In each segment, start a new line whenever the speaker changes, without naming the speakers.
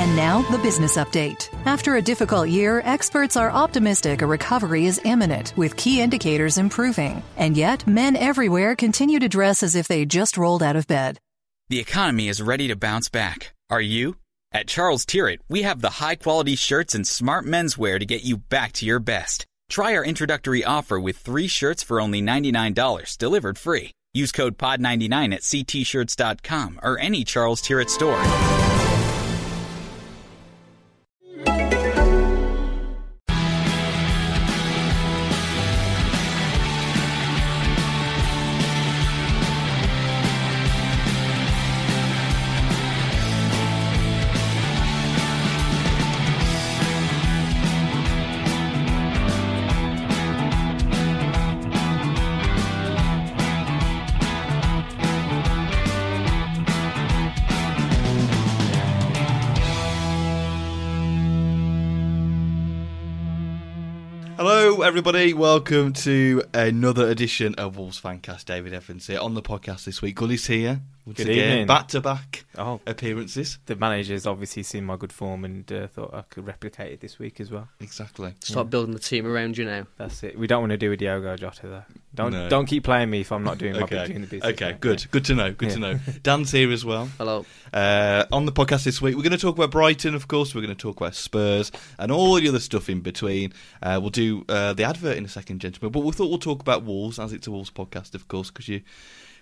And now, the business update. After a difficult year, experts are optimistic a recovery is imminent, with key indicators improving. And yet, men everywhere continue to dress as if they just rolled out of bed.
The economy is ready to bounce back. Are you? At Charles Tirrett, we have the high quality shirts and smart menswear to get you back to your best. Try our introductory offer with three shirts for only $99, delivered free. Use code POD99 at ctshirts.com or any Charles Tirrett store.
Hello, everybody. Welcome to another edition of Wolves Fancast. David Evans here on the podcast this week. Gully's here. Once
Good
again,
evening.
back to back
Oh,
appearances.
the manager's obviously seen my good form and uh, thought I could replicate it this week as well.
Exactly.
Start building the team around you now.
That's it. We don't want to do a Diogo Jota though. Don't
No.
don't keep playing me if I'm not doing my bit
Okay.
doing the business.
Okay.
mate.
Good. Good to know. Good to
Yeah.
know. Dan's here as well.
Hello.
Uh, on the podcast this week, we're going to talk about Brighton, of course. We're going to talk about Spurs and all the other stuff in between. Uh, we'll do uh, the advert in a second, gentlemen. But we thought we'll talk about Wolves, as it's a Wolves podcast, of course, because you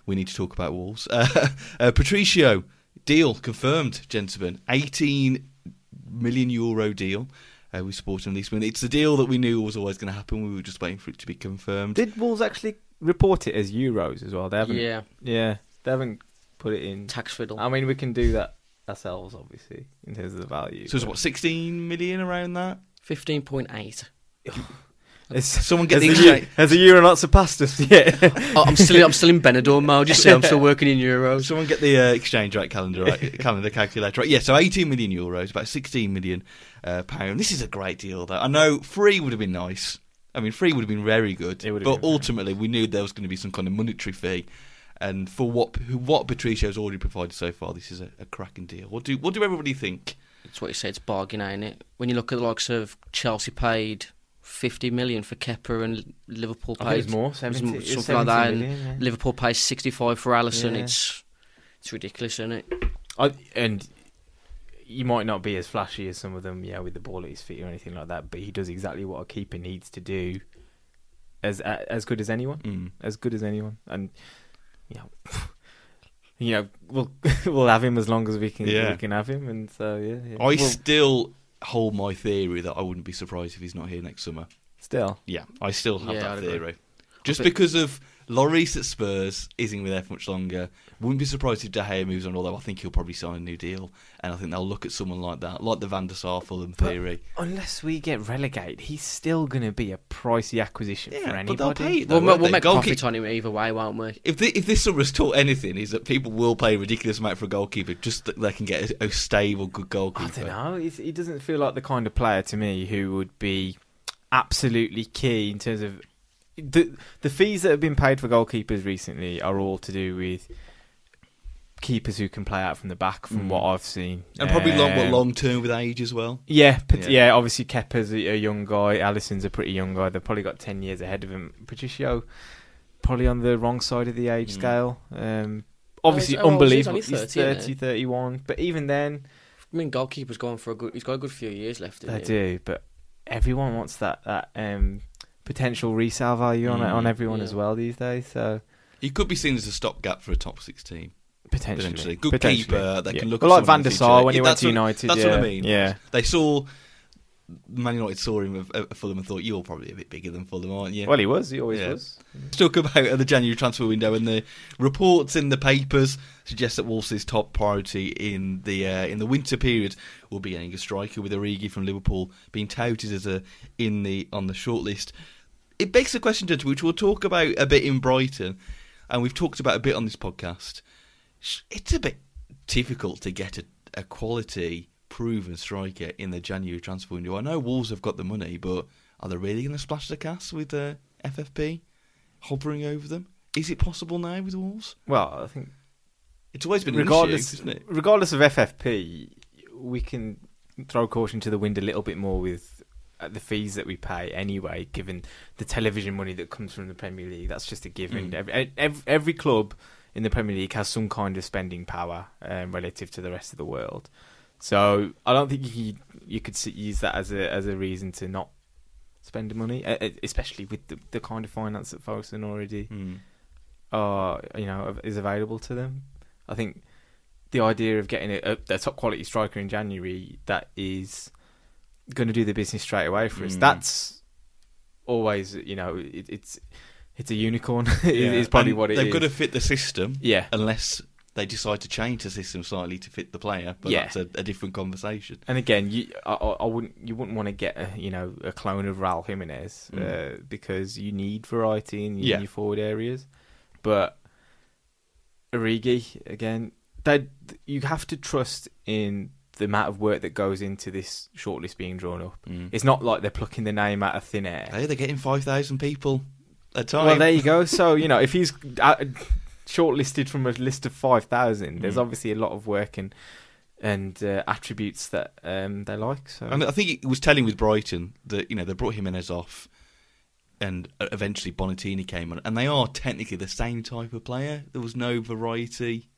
we need to talk about Wolves. Uh, uh, Patricio deal confirmed, gentlemen. Eighteen million euro deal. Uh, with Sporting Lisbon, it's the deal that we knew was always going to happen. We were just waiting for it to be confirmed.
Did Wolves actually report it as euros as well? They haven't.
Yeah,
Yeah, They haven't put it in.
tax fiddle.
I mean, we can do that ourselves, obviously, in terms of the value.
So it's what sixteen million around that.
15.8.
It's-
Someone get
has
the
a euro,
exact-
has a euro not surpassed us yet?
Oh, I'm still I'm still in Benidorm mode. You see, I'm still working in euros.
Someone get the uh, exchange rate calendar right, calendar calculator right. Yeah, so 18 million euros, about 16 million uh, pound. This is a great deal, though. I know three would have been nice. I mean, three would have been very good.
It would have
But
been very
ultimately, we knew there was going to be some kind of monetary fee. And for what who, what Patricio's already provided so far, this is a, a cracking deal. What do what do everybody think?
That's what you say. It's bargain, ain't it? When you look at the likes of Chelsea paid 50 million for Kepper and Liverpool paid
I think Oh, it's more, 70
m-
it's
something like that.
70 million,
and
yeah.
Liverpool pays 65 for Allison.
Yeah.
It's it's ridiculous, isn't it?
I, and you might not be as flashy as some of them, yeah, with the ball at his feet or anything like that. But he does exactly what a keeper needs to do, as a- as good as anyone,
Mm.
as good as anyone. And you know, you know, we'll we'll have him as long as we can.
Yeah.
we can have him. And so yeah, yeah.
I
Well,
still hold my theory that I wouldn't be surprised if he's not here next summer.
still
Yeah, I still have
Yeah,
that
I'd agree.
theory. Just
I think-
because of Lloris at Spurs isn't with there for much longer. Wouldn't be surprised if De Gea moves on, although I think he'll probably sign a new deal. And I think they'll look at someone like that, like the Van der Sar Fulham theory.
unless we get relegated, he's still going to be a pricey acquisition for
yeah,
anybody.
but they'll pay it. Though,
We'll, ma-
won't
we'll
they?
make
Goalkeep-
profit on him either way, won't we?
If, thi- if this summer's taught anything, is that people will pay a ridiculous amount for a goalkeeper just that they can get a, a stable, good
I
goalkeeper.
don't know. He's, he doesn't feel like the kind of player to me who would be absolutely key in terms of the the fees that have been paid for goalkeepers recently are all to do with keepers who can play out from the back, from what I've seen,
Mm. And probably long, what,
Um,
long term with age as well.
Yeah, pat-
Yeah.
yeah. Obviously, Kepa's a, a young guy. Allison's a pretty young guy. They've probably got ten years ahead of him. Patricio, probably on the wrong side of the age
Mm.
scale. Um, obviously,
how old is he? He's
unbelievable.
only
He's
30, isn't
30, 31. But even then,
I mean, goalkeeper's going for a good. He's got a good few years left.
They
isn't he?
do, but everyone wants that that um, potential resale value on it
Mm,
on everyone as
yeah.
well these days. So
He could be seen as a stopgap for a top six team.
potentially,
Potentially. Good
Potentially.
keeper that
Yeah.
can look
Well,
at
like
someone
Van
in
der
the
Sar
future.
when he
Yeah,
went
that's
to
what-
United.
That's
yeah.
what I mean.
Yeah,
They saw Man United saw him at at Fulham and thought, you're probably a bit bigger than Fulham, aren't you?
Well, he was. He always
Yeah.
was.
Let's talk about the January transfer window and the reports in the papers suggest that Wolves' top priority in the uh, in the winter period will be getting a striker with Origi from Liverpool being touted as a in the on the shortlist. It begs the question, Judge, which we'll talk about a bit in Brighton, and we've talked about a bit on this podcast. Sh- It's a bit difficult to get a, a quality proven striker in the January transfer window. I know Wolves have got the money, but are they really going to splash the cash with uh, FFP? hovering over them. Is it possible now with Wolves?
Well, I think
It's always been
regardless,
an issue, isn't it?
regardless of FFP, we can throw caution to the wind a little bit more with uh, the fees that we pay anyway. Given the television money that comes from the Premier League, that's just a
Mm.
given. Every, every, every club in the Premier League has some kind of spending power um, relative to the rest of the world. So I don't think you could, you could s- use that as a as a reason to not spend the money, uh, uh, especially with the, the kind of finance that Ferguson already
Hmm.
are you know av- is available to them. I think the idea of getting a, a, a top quality striker in January that is going to do the business straight away for
Hmm.
us. That's always you know it, it's it's a unicorn is, is probably
And
what it is.
they've got to fit the system,
Yeah.
Unless they decide to change the system slightly to fit the player, but
Yeah.
that's a, a different conversation.
And again, you I, I I wouldn't you wouldn't want to get a, you know a clone of Raul Jimenez uh, because you need variety in, your-
Mm. Yeah.
your forward areas. But Origi again, they you have to trust in the amount of work that goes into this shortlist being drawn up. It's not like they're plucking the name out of thin air.
Mm. Hey, they're getting five thousand people a time.
Well, there you go. So you know, if he's uh, shortlisted from a list of five thousand,
Mm.
there's obviously a lot of work and and uh, attributes that um, they like. So
And I think it was telling with Brighton that you know they brought Jimenez off, and uh, eventually Bonatini came on, and they are technically the same type of player. There was no variety,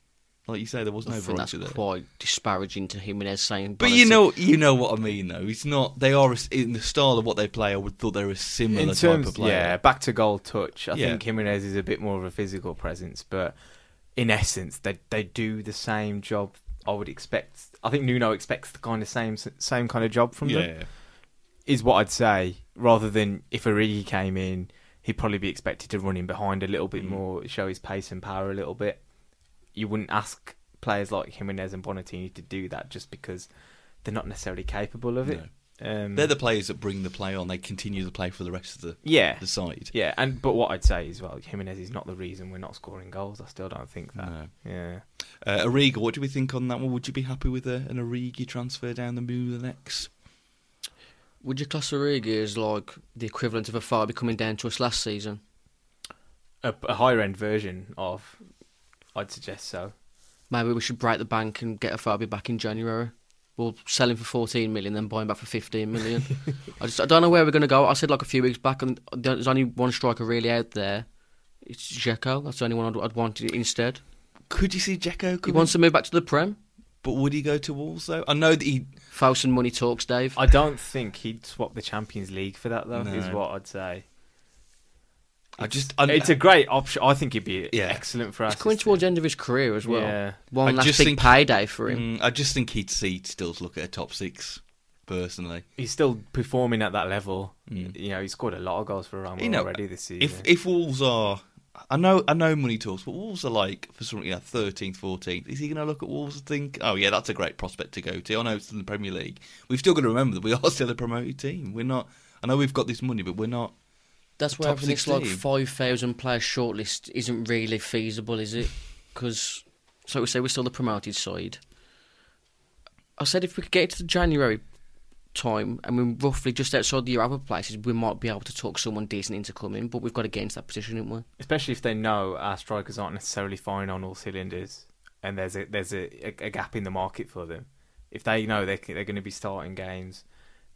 like you say, there was
I
no
think that's
variety there.
quite disparaging to Jimenez saying.
But you know, you know what I mean, though. It's not they are in the style of what they play. I would thought they were a similar
in
type
terms,
of player.
yeah, back to goal touch. I
Yeah.
think Jimenez is a bit more of a physical presence, but in essence, they they do the same job. I would expect. I think Nuno expects the kind of same same kind of job from them.
yeah.
Is what I'd say. Rather than if Origi came in, he'd probably be expected to run in behind a little
Mm.
bit more, show his pace and power a little bit. You wouldn't ask players like Jimenez and Bonatini to do that just because they're not necessarily capable of it. Um,
They're the players that bring the play on. They continue the play for the rest of the
yeah
the side.
Yeah, and but what I'd say is, well, Jimenez is not the reason we're not scoring goals. I still don't think that.
No.
Yeah,
Uh, Arrigo, what do we think on that one? Would you be happy with a, an Origi transfer down the Mulinex?
would you class Origi as like the equivalent of a Fabi coming down to us last season?
a, a higher end version of, I'd suggest so.
Maybe we should break the bank and get a Fabi back in January. We'll sell him for 14 million, then buy him back for 15 million. I just I don't know where we're going to go. I said like a few weeks back, and there's only one striker really out there. It's Jeko. That's the only one I'd, I'd want instead.
Could you see Jacko?
He wants to move back to the Prem.
but would he go to Wolves though? I know that he.
Thousand money talks, Dave.
I don't think he'd swap the Champions League for that though. Is
No.
what I'd say.
I just. I,
it's a great option. I think he'd be
Yeah.
excellent for us.
He's coming towards the end of his career as well.
Yeah.
I
One last
just
big
think-
payday for him.
Mm, I just think he'd see still look at a top six. Personally,
He's still performing at that level. You know, he scored a lot of goals for Roma
Mm. you know,
already this season.
If if Wolves are, I know I know money talks, but Wolves are like for something like thirteenth, fourteenth. Is he going to look at Wolves and think, oh yeah, that's a great prospect to go to? I know it's in the Premier League. We've still got to remember that we are still a promoted team. We're not. I know we've got this money, but we're not.
That's where
top
having this like
16.
5,000 player shortlist isn't really feasible, is it? Because, so we say, we're still the promoted side. I said if we could get it to the January time, and we're roughly just outside the other places, we might be able to talk someone decent into coming, but we've got to get into that position, haven't we?
especially if they know our strikers aren't necessarily firing on all cylinders, and there's a there's a, a, a gap in the market for them. If they know they c- they're going to be starting games,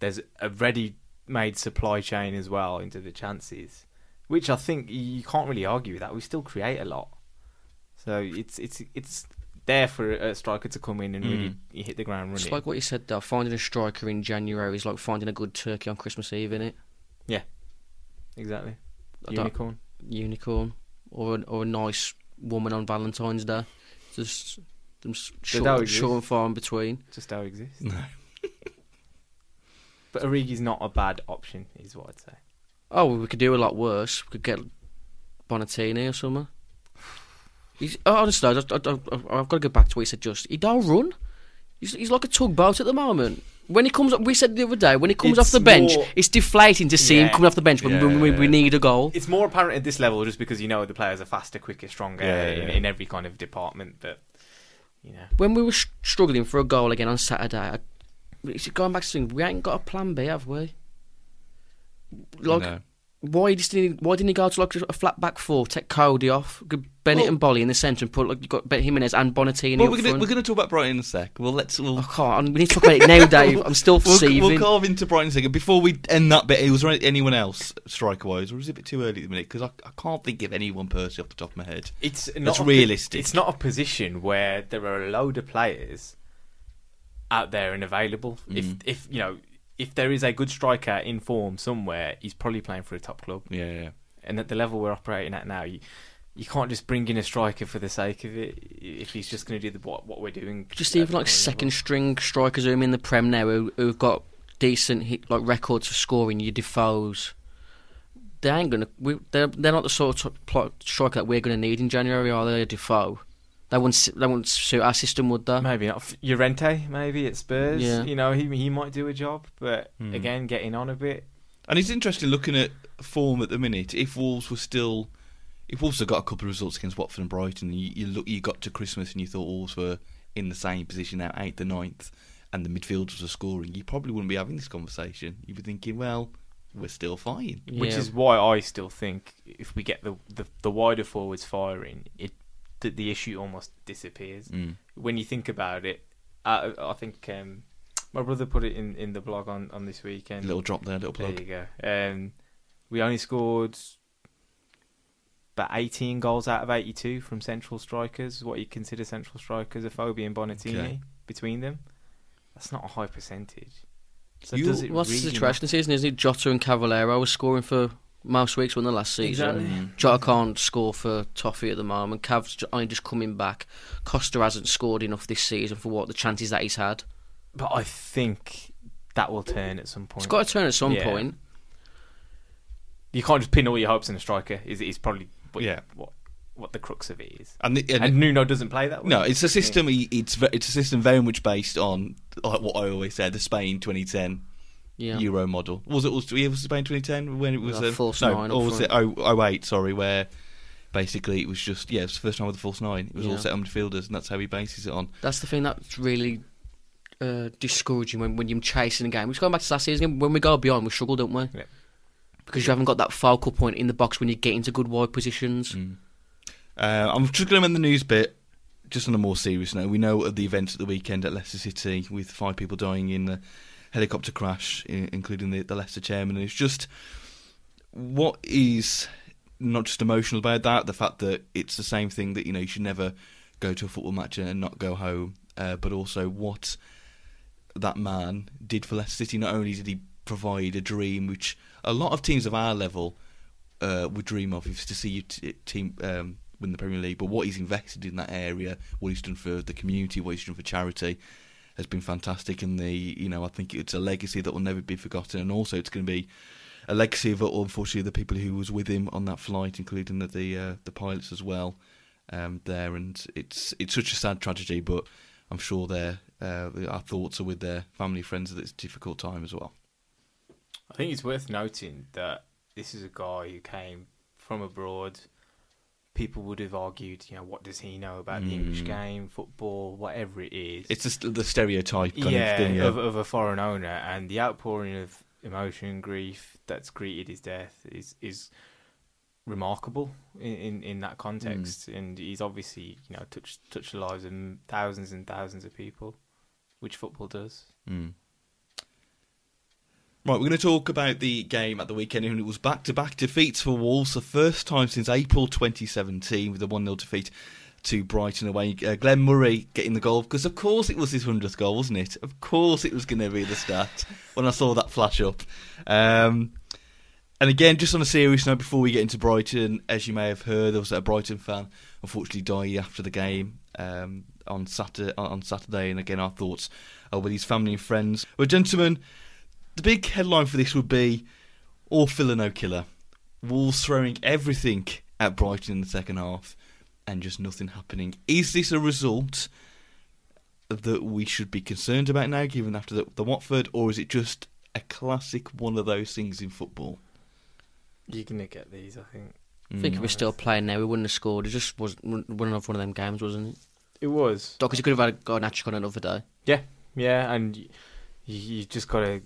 there's a ready-made supply chain as well into the chances, which I think y- you can't really argue with that. We still create a lot, so it's it's it's there for a striker to come in and
Mm.
really hit the ground running.
It's like what you said though. Finding a striker in January is like finding a good turkey on Christmas Eve, isn't it?
yeah, exactly.
I don't-
Unicorn.
Unicorn, or an, or a nice woman on Valentine's Day. Just them s-
that
short,
exist?
short and far in between.
Just how it exists. No. but Origi's not a bad option, is what I'd say.
Oh, well, we could do a lot worse. We could get Bonatini or something. He's, oh, honestly, I, I, I, I've got to go back to what he said. Just he don't run. He's, he's like a tugboat at the moment. When he comes up, we said the other day, when he comes off
It's
the bench,
more-
it's deflating to see him
Yeah.
coming off the bench when when we, we need a goal.
It's more apparent at this level just because you know the players are faster, quicker, stronger
Yeah, yeah,
in,
yeah.
in every kind of department. But you know,
When we were sh- struggling for a goal again on Saturday, I, it's going back to saying we ain't got a plan B, have we? Like,
No.
why just didn't he, why didn't he go to like a flat back four, take Cody off, go Bennett
Well-
and Bolly in the centre, and put like you got Ben Jimenez and Bonatini
Well,
up
we're
front.
gonna we're gonna talk about Brighton in a sec. Well, let's
I
we'll,
can't. I'm- We need to talk about it now, Dave. I'm still
we'll,
Oh, seething.
we'll carve into Brighton in a second. Before we end that bit, was there anyone else striker wise, or was it a bit too early at the minute? Because I, I can't think of any one person off the top of my head.
it's not
That's
a-
realistic.
It's not a position where there are a load of players out there and available.
Mm-hmm.
If if you know if there is a good striker in form somewhere, he's probably playing for a top club.
Yeah, yeah.
And at the level we're operating at now, you you can't just bring in a striker for the sake of it if he's just going to do the, what what we're doing.
Just
at
even
the
like
current
second
level.
string strikers who are in the Prem now who, who've got decent hit, like records for scoring. Your Defoes, they ain't gonna. We, they're they're not the sort of pl- striker that we're gonna need in January, are they? A Defoe, they wouldn't s- they wouldn't suit our system, would they?
Maybe not. F- Llorente, maybe at Spurs.
Uh, Yeah.
You know, he he might do a job, but again, getting on a bit.
And it's interesting looking at form at the minute. If Wolves were still, if Wolves had got a couple of results against Watford and Brighton, and you, you look, you got to Christmas and you thought Wolves were in the same position now, eighth and ninth, and the midfielders are scoring, you probably wouldn't be having this conversation. You'd be thinking, well, we're still fine.
which
Yeah.
is why I still think if we get the the, the wider forwards firing, it that the issue almost disappears. When you think about it, I, I think um, my brother put it in, in the blog on, on this weekend.
Little drop there, little plug.
There you go. Um, we only scored about 18 goals out of 82 from central strikers. What you consider central strikers, Afobi and Bonatini
Okay.
between them. That's not a high percentage. So
You-
does it
What's the
really
situation this season? Isn't it Jota and Cavallero were scoring for most weeks when the last season?
Exactly.
Jota can't score for Toffee at the moment. Cav's j- only just coming back. Costa hasn't scored enough this season for what the chances that he's had.
But I think that will turn at some point.
It's got to turn at some
Yeah.
point.
you can't just pin all your hopes on a striker. Is is probably what,
Yeah.
what what the crux of it is.
And, the, and,
And Nuno doesn't play that way.
no, it's a system. he- It's ve- it's a system very much based on like what I always said, the Spain 2010
Yeah.
Euro model. Was it was, yeah, was it Spain 2010 when it was
With a
um,
false
no,
nine up
or was it
front.
oh, oh eight? Sorry, where basically it was just yeah, it was the first time with the false nine. It was all
Yeah.
set on midfielders, and that's how he bases it on.
That's the thing that's really uh, discouraging when, when you're chasing a game. We've gone back to last season. When we go beyond, we struggle, don't we?
Yeah.
Because you haven't got that focal point in the box when you get into good wide positions.
Uh, I'm just going to end the news bit just on a more serious note. We know of the events at the weekend at Leicester City with five people dying in the helicopter crash, i- including the, the Leicester chairman. And it's just what is not just emotional about that, the fact that it's the same thing that you know you should never go to a football match and not go home, uh, but also what that man did for Leicester City. Not only did he provide a dream, which a lot of teams of our level uh, would dream of, is to see your t- team um, win the Premier League. But what he's invested in that area, what he's done for the community, what he's done for charity, has been fantastic. And the you know I think it's a legacy that will never be forgotten. And also it's going to be a legacy of unfortunately the people who was with him on that flight, including the the, uh, the pilots as well. Um, there and it's it's such a sad tragedy, but I'm sure their uh, our thoughts are with their family, friends at this difficult time as well.
I think it's worth noting that this is a guy who came from abroad. People would have argued, you know, what does he know about the English game, football, whatever it is.
Hmm. It's just the stereotype kind
yeah,
of thing. Yeah.
Of, of a foreign owner, and the outpouring of emotion, grief that's greeted his death is is remarkable in in, in that context.
Hmm.
And he's obviously you know touched touched the lives of m- thousands and thousands of people, which football does.
Right, we're going to talk about the game at the weekend, and it was back to back defeats for Wolves, the first time since April 2017, with a 1 0 defeat to Brighton away. Uh, Glenn Murray getting the goal because, of course, it was his hundredth goal, wasn't it? Of course, it was going to be the stat when I saw that flash up. Um, and again, just on a serious note, before we get into Brighton, as you may have heard, there was a Brighton fan unfortunately died after the game um, on Saturday. On Saturday, and again, our thoughts are with his family and friends. Well, gentlemen, the big headline for this would be all filler, no killer. Wolves throwing everything at Brighton in the second half and just nothing happening. Is this a result that we should be concerned about now, given after the, the Watford, or is it just a classic one of those things in football?
You're gonna get these, I think.
I think if we're still playing now, we wouldn't have scored. It just was one of one of them games, wasn't it?
It was.
Because you could have had got an hat trick on another day.
Yeah, yeah, and you, you just gotta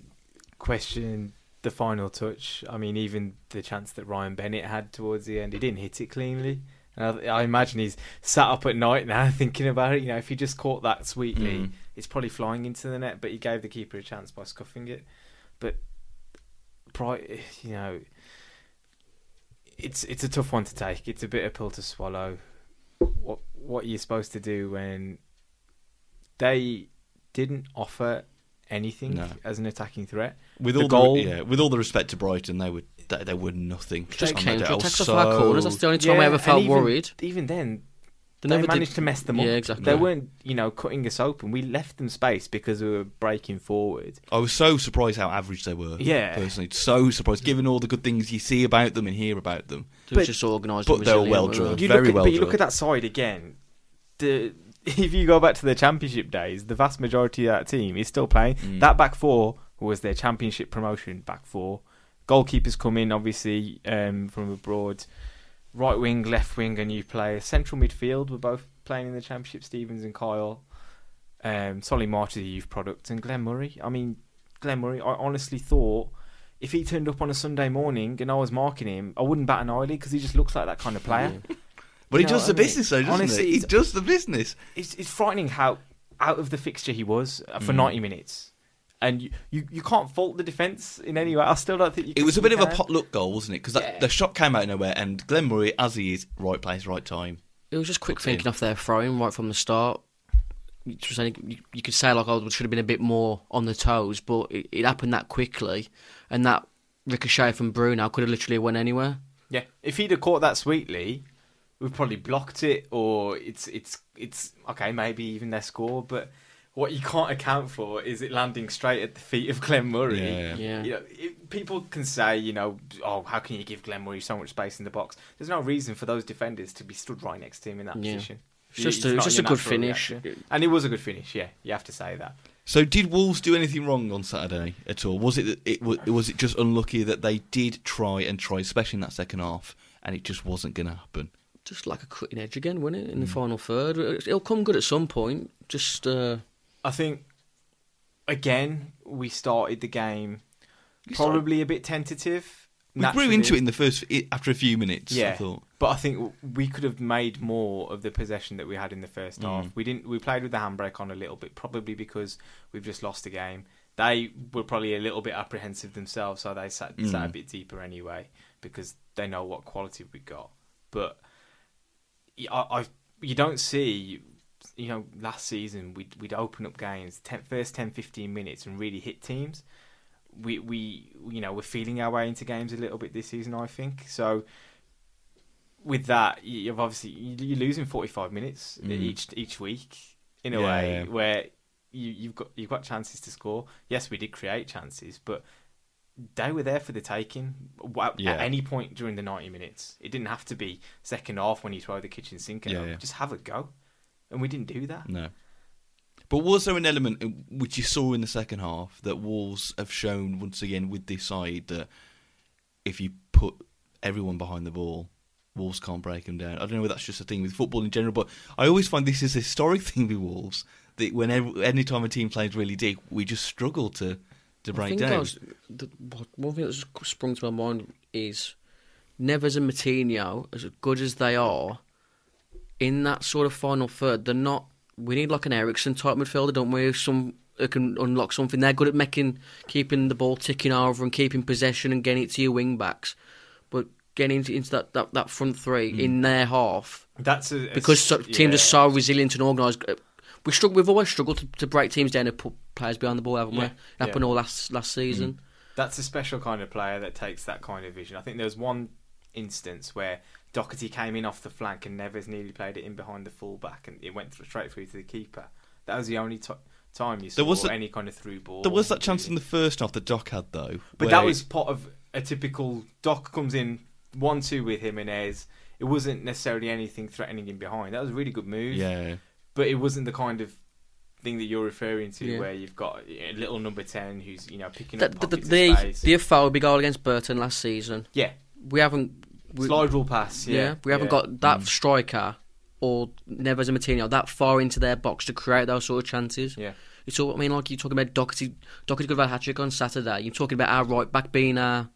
question the final touch. I mean, even the chance that Ryan Bennett had towards the end, he didn't hit it cleanly. And I, I imagine he's sat up at night now thinking about it. You know, if he just caught that sweetly,
Mm.
it's probably flying into the net. But he gave the keeper a chance by scuffing it. But, Bright, you know, it's it's a tough one to take. It's a bitter pill to swallow. What what you're supposed to do when they didn't offer anything
No.
as an attacking threat?
With
The
all
goal-
the yeah, with all the respect to Brighton, they were they, they were nothing.
Just
on that day.
counter
I was
attacks off
so-
our corners. That's the only time I
Yeah,
ever
and
felt
even-
worried.
Even then,
They
they,
never did-
managed to mess them up.
Yeah, exactly.
They
Yeah.
weren't, you know, cutting us open. We left them space because we were breaking forward.
I was so surprised how average they were.
Yeah.
personally, so surprised. Given all the good things you see about them and hear about them,
They were
But-
just organised.
but
and
they were
resilient,
well
weren't they?
drilled.
You
Very
look at,
well
But you look
drilled.
at that side again. The if you go back to the championship days, the vast majority of that team is still playing.
Mm.
That back four was their championship promotion back four. Goalkeepers come in obviously um, from abroad. Right wing, left wing, a new player. Central midfield were both playing in the championship. Stevens and Kyle. Um, Solly March is a youth product, and Glenn Murray. I mean, Glenn Murray. I honestly thought if he turned up on a Sunday morning and I was marking him, I wouldn't bat an eyelid because he just looks like that kind of player.
but he
You know
does
what
the
I mean?
business though, doesn't
Honestly,
he? He
it's-
does the business.
it's it's frightening how out of the fixture he was uh,
Mm.
for 90 minutes. And you, you, you can't fault the defence in any way. I still don't think you
It
can-
was a bit
you
of a
can.
potluck goal, wasn't it? Because the shot came out of nowhere, and Glenn Murray, as he is, right place, right time.
It was just quick thinking off their throwing right from the start. You just saying- you- you could say like, "Oh, it should have been a bit more on the toes," but it, it happened that quickly, and that ricochet from Bruno could have literally went anywhere.
Yeah, if he'd have caught that sweetly, we've probably blocked it, or it's it's it's okay, maybe even their score. But what you can't account for is it landing straight at the feet of Glenn Murray.
Yeah.
Yeah.
You know, it, people can say, you know, oh, how can you give Glenn Murray so much space in the box? There's no reason for those defenders to be stood right next to him in that
Yeah.
position.
It's just a-
not
it's just
your
a good
natural
finish.
reaction. and it was a good finish. Yeah, you have to say that.
So, did Wolves do anything wrong on Saturday at all? Was it that it was, was it just unlucky that they did try and try, especially in that second half, and it just wasn't going to happen?
Just like a cutting edge again, wasn't it? In the
Mm.
final third, it'll come good at some point. Just uh,
I think again we started the game probably a bit tentative.
We grew into it in the first i- after a few minutes. I thought.
But I think we could have made more of the possession that we had in the
Mm.
first half. We didn't. We played with the handbrake on a little bit, probably because we've just lost the game. They were probably a little bit apprehensive themselves, so they sat, sat
Mm.
a bit deeper anyway because they know what quality we got. But y- I, I- you don't see, you know, last season we'd, we'd open up games, 10, first 10, 15 minutes and really hit teams. We, we, you know, we're feeling our way into games a little bit this season, I think. So with that, you- you've obviously, you- you're losing 45 minutes e-, each, each week in a
Mm-hmm. Yeah,
way
yeah.
where you, you've got, you've got chances to score. Yes, we did create chances, but they were there for the taking wa-
Yeah.
at any point during the 90 minutes. It didn't have to be second half when you throw the kitchen sink at
Yeah,
them.
yeah.
Just have a go. And we didn't do that.
No. But was there an element uh, which you saw in the second half that Wolves have shown once again with this side that if you put everyone behind the ball, Wolves can't break them down? I don't know whether that's just a thing with football in general, but I always find this is a historic thing with Wolves that whenever any time a team plays really deep, we just struggle to to
I
break
think
down.
I was, the, what- one thing that's sprung to my mind is Neves and Matinho, as good as they are, in that sort of final third, they're not. We need like an Ericsson type midfielder, don't we? Some who can unlock something. They're good at making, keeping the ball ticking over and keeping possession and getting it to your wing backs. But getting into, into that, that, that front three in their half
That's a, a
because
s-
so, teams
yeah.
are so resilient and organised. Uh, We struggle, we've always struggled to, to break teams down and put players behind the ball, haven't we?
Yeah,
It Happened
yeah. Mm.
all last last season.
That's a special kind of player that takes that kind of vision. I think there was one instance where Doherty came in off the flank and Neves nearly played it in behind the fullback and it went th- straight through to the keeper. That was the only to- time you saw
There was a-
any kind of through ball.
There was that chance in the first half the Doc had though,
But
where
that was part of a typical Doc comes in one two with Jimenez. It wasn't necessarily anything threatening him behind. That was a really good move.
yeah.
But it wasn't the kind of thing that you're referring to
Yeah.
where you've got a little number ten who's, you know, picking
That,
up
the, the,
pockets
the,
of space.
the foul big goal against Burton last season.
yeah.
We haven't. We,
Slide rule pass, yeah.
yeah, we haven't
yeah. Mm.
got that striker or Neves and Matinho that far into their box to create those sort of chances.
Yeah.
It's all, I mean, like you're talking about Doherty, Doherty could have had a hat trick on Saturday. You're talking about our right back being our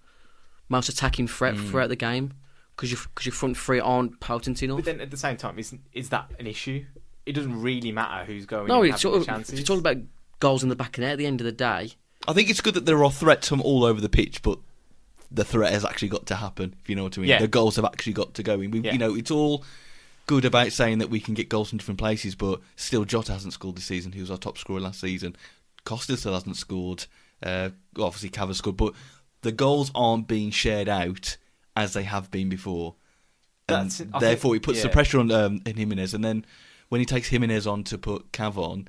most attacking threat
Mm.
throughout the game because your, 'cause your front three aren't potent enough.
But then at the same time, is is that an issue? It doesn't really matter who's going.
no,
and
it's
having
all,
the chances.
it's all about goals in the back of the net at the end of the day.
I think it's good that there are threats from all over the pitch, but the threat has actually got to happen. If you know what I mean,
Yeah.
the goals have actually got to go in. We,
Yeah.
You know, it's all good about saying that we can get goals from different places, but still, Jota hasn't scored this season. He was our top scorer last season. Costa still hasn't scored. Uh, well, obviously, Cava scored, but the goals aren't being shared out as they have been before. And
That's- I think-
therefore, he puts the
yeah.
pressure on um, in Jimenez, and then when he takes Jimenez on to put Cav on,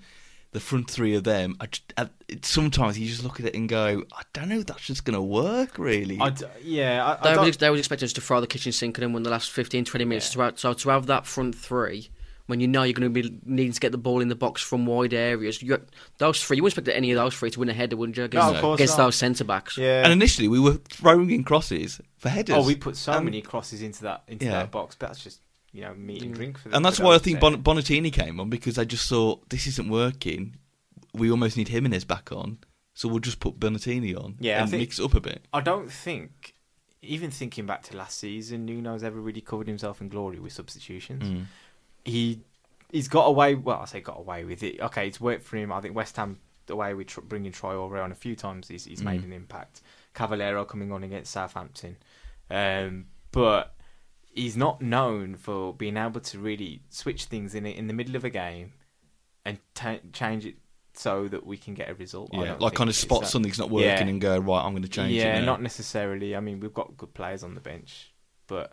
the front three of them. I just, I, it, sometimes you just look at it and go, I don't know, if that's just going to work, really.
I d- yeah, I- I,
They
don't-
was, they was expecting us to throw the kitchen sink at them in the last 15, 20 minutes. To have, so to have that front three when you know you're going to be needing to get the ball in the box from wide areas, you, those three, you wouldn't expect any of those three to win a header, wouldn't you? Against,
of course
against
not.
those centre backs.
yeah.
and initially, we were throwing in crosses for headers.
oh, we put so
And-
many crosses into that into
Yeah.
that box, but that's just you know meat
Mm.
and drink for.
And
the-
that's
for
why I
those
think
there.
bon- Bonatini came on because I just thought this isn't working. We almost need Jimenez back on, so we'll just put Bonatini on
Yeah, I
and
think-
mix it up a bit.
I don't think, even thinking back to last season, Nuno's ever really covered himself in glory with substitutions.
Mm.
He he's got away. Well, I say got away with it. Okay, it's worked for him. I think West Ham the way we tr- bringing Troy Aurier on a few times, he's, he's
Mm.
made an impact. Cavallero coming on against Southampton, um, but he's not known for being able to really switch things in in the middle of a game and ta change it so that we can get a result. I
Yeah,
don't
like
think
kind of
it's
spot
that-
something's not working
Yeah.
and go right. I'm going to change
Yeah,
it. now.
not necessarily. I mean, we've got good players on the bench, but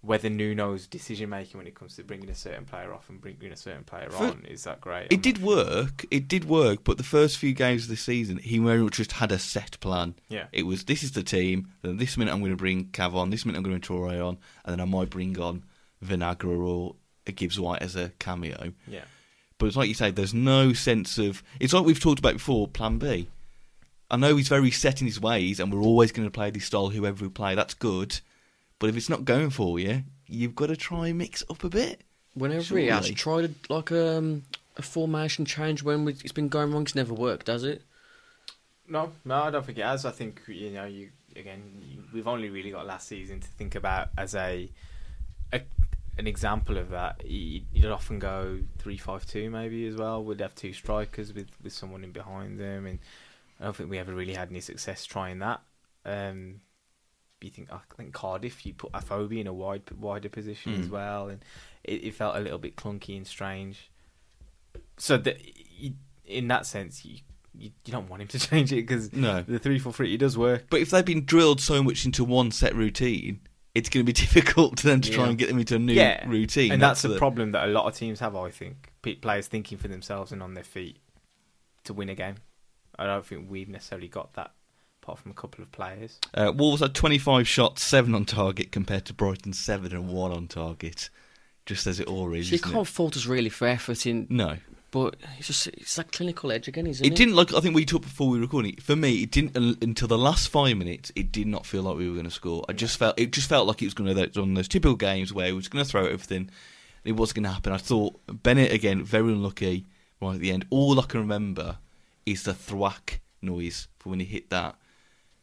whether Nuno's decision making when it comes to bringing a certain player off and bringing a certain player
For-
on is that great? I'm
It did work. It did work, but the first few games of the season, he very much just had a set plan.
Yeah.
It was this is the team. Then this minute I'm going to bring Cav on. This minute I'm going to bring Torre on, and then I might bring on Vinagre or Gibbs White as a cameo.
not- Yeah,
But it's like you say, there's no sense of. It's like we've talked about before. Plan B. I know he's very set in his ways, and we're always going to play this style. Whoever we play, that's good. But if it's not going for you, you've got to try and mix up a bit.
Whenever he has
Surely.
tried a, like um, a formation change when we, it's been going wrong, it's never worked, has it?
no, no, I don't think it has. I think you know, you again, you, we've only really got last season to think about as a, a an example of that. You- You'd often go three five two maybe as well. We'd have two strikers with with someone in behind them, and I don't think we ever really had any success trying that. Um, you think I think Cardiff, you put Afobi in a wide wider position as well, and it, it felt a little bit clunky and strange. So that you, in that sense, you, you you don't want him to change it because
No.
the three four three it does work.
But if they've been drilled so much into one set routine, it's going to be difficult to them to try
Yeah.
and get them into a new routine.
and that's, the,
the-
problem that a lot of teams have. I think Pe- players thinking for themselves and on their feet to win a game. I don't think we've necessarily got that, apart from a couple of players.
Uh, Wolves had 25 shots, seven on target, compared to Brighton's seven and one on target. Just as it all is.
So
isn't
you
it?
can't fault us really for efforting,
No,
but it's just it's that clinical edge again, isn't it?
it didn't look. I think we talked before we were recording. it. For me, it didn't un- until the last five minutes. It did not feel like we were going to score. I just felt it just felt like it was going to those one of those typical games where it was going to throw everything. It was going to happen. I thought Bennett again very unlucky right at the end. All I can remember is the thwack noise for when he hit that.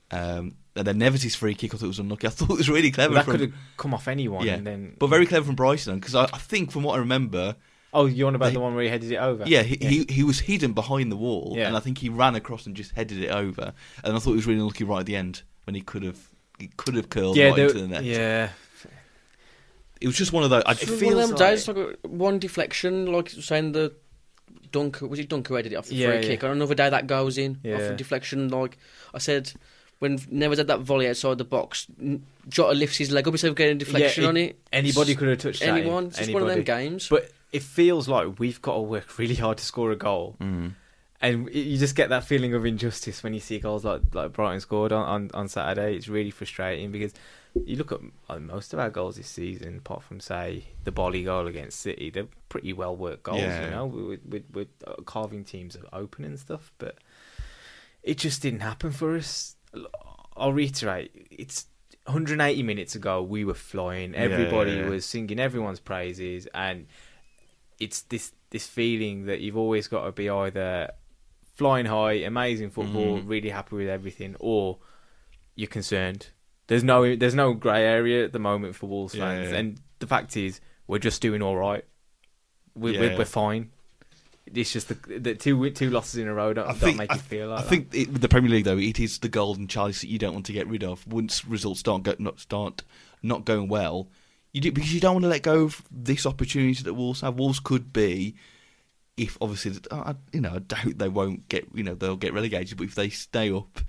Um, and then Neves' free kick, I thought it was unlucky. I thought it was really clever.
that
from-
could have come off anyone.
yeah,
and then
but very clever from Bryson because I, I think from what I remember,
Oh, you're on about
They-
the one where he headed it over.
yeah, he, he he was hidden behind the wall,
Yeah.
and I think he ran across and just headed it over. And I thought he was really unlucky right at the end when he could have it could have curled
yeah,
right
there-
into the net.
yeah.
It was just one of those. I,
It
it,
feels one of them
feels
days, like uh, one deflection, like saying the Dunker was it Dunker who headed it off the
Yeah,
free
yeah.
kick, and another day that goes in off
Yeah.
a deflection. Like I said, when Neves had that volley outside the box, N- Jota lifts his leg up instead of getting a deflection
Yeah,
on it.
Anybody could have touched that in.
anyone. It's just one of them
Anybody.
games.
But it feels like we've got to work really hard to score a goal. And y- you just get that feeling of injustice when you see goals like like Brighton scored on, on, on Saturday. It's really frustrating because you look at uh, most of our goals this season, apart from say the volley goal against City, they're pretty well worked goals.
Yeah.
You know, we, we, we, we're uh, carving teams open and stuff, but it just didn't happen for us. L- I'll reiterate, it's 180 minutes ago we were flying. Everybody
yeah, yeah.
was singing everyone's praises, and it's this this feeling that you've always got to be either flying high, amazing football,
Mm-hmm.
really happy with everything, or you're concerned. There's no there's no grey area at the moment for Wolves
Yeah,
fans,
yeah.
and the fact is we're just doing all right. We,
Yeah,
we're,
yeah.
we're fine. It's just the, the two two losses in a row don't,
I
don't
think,
make
I,
you feel like
I
that.
think it, with the Premier League though, it is the golden chalice that you don't want to get rid of. Once results start go, not start not going well, you do because you don't want to let go of this opportunity that Wolves have. Wolves could be, if obviously, I, you know, I doubt they won't get, you know, they'll get relegated. But if they stay up,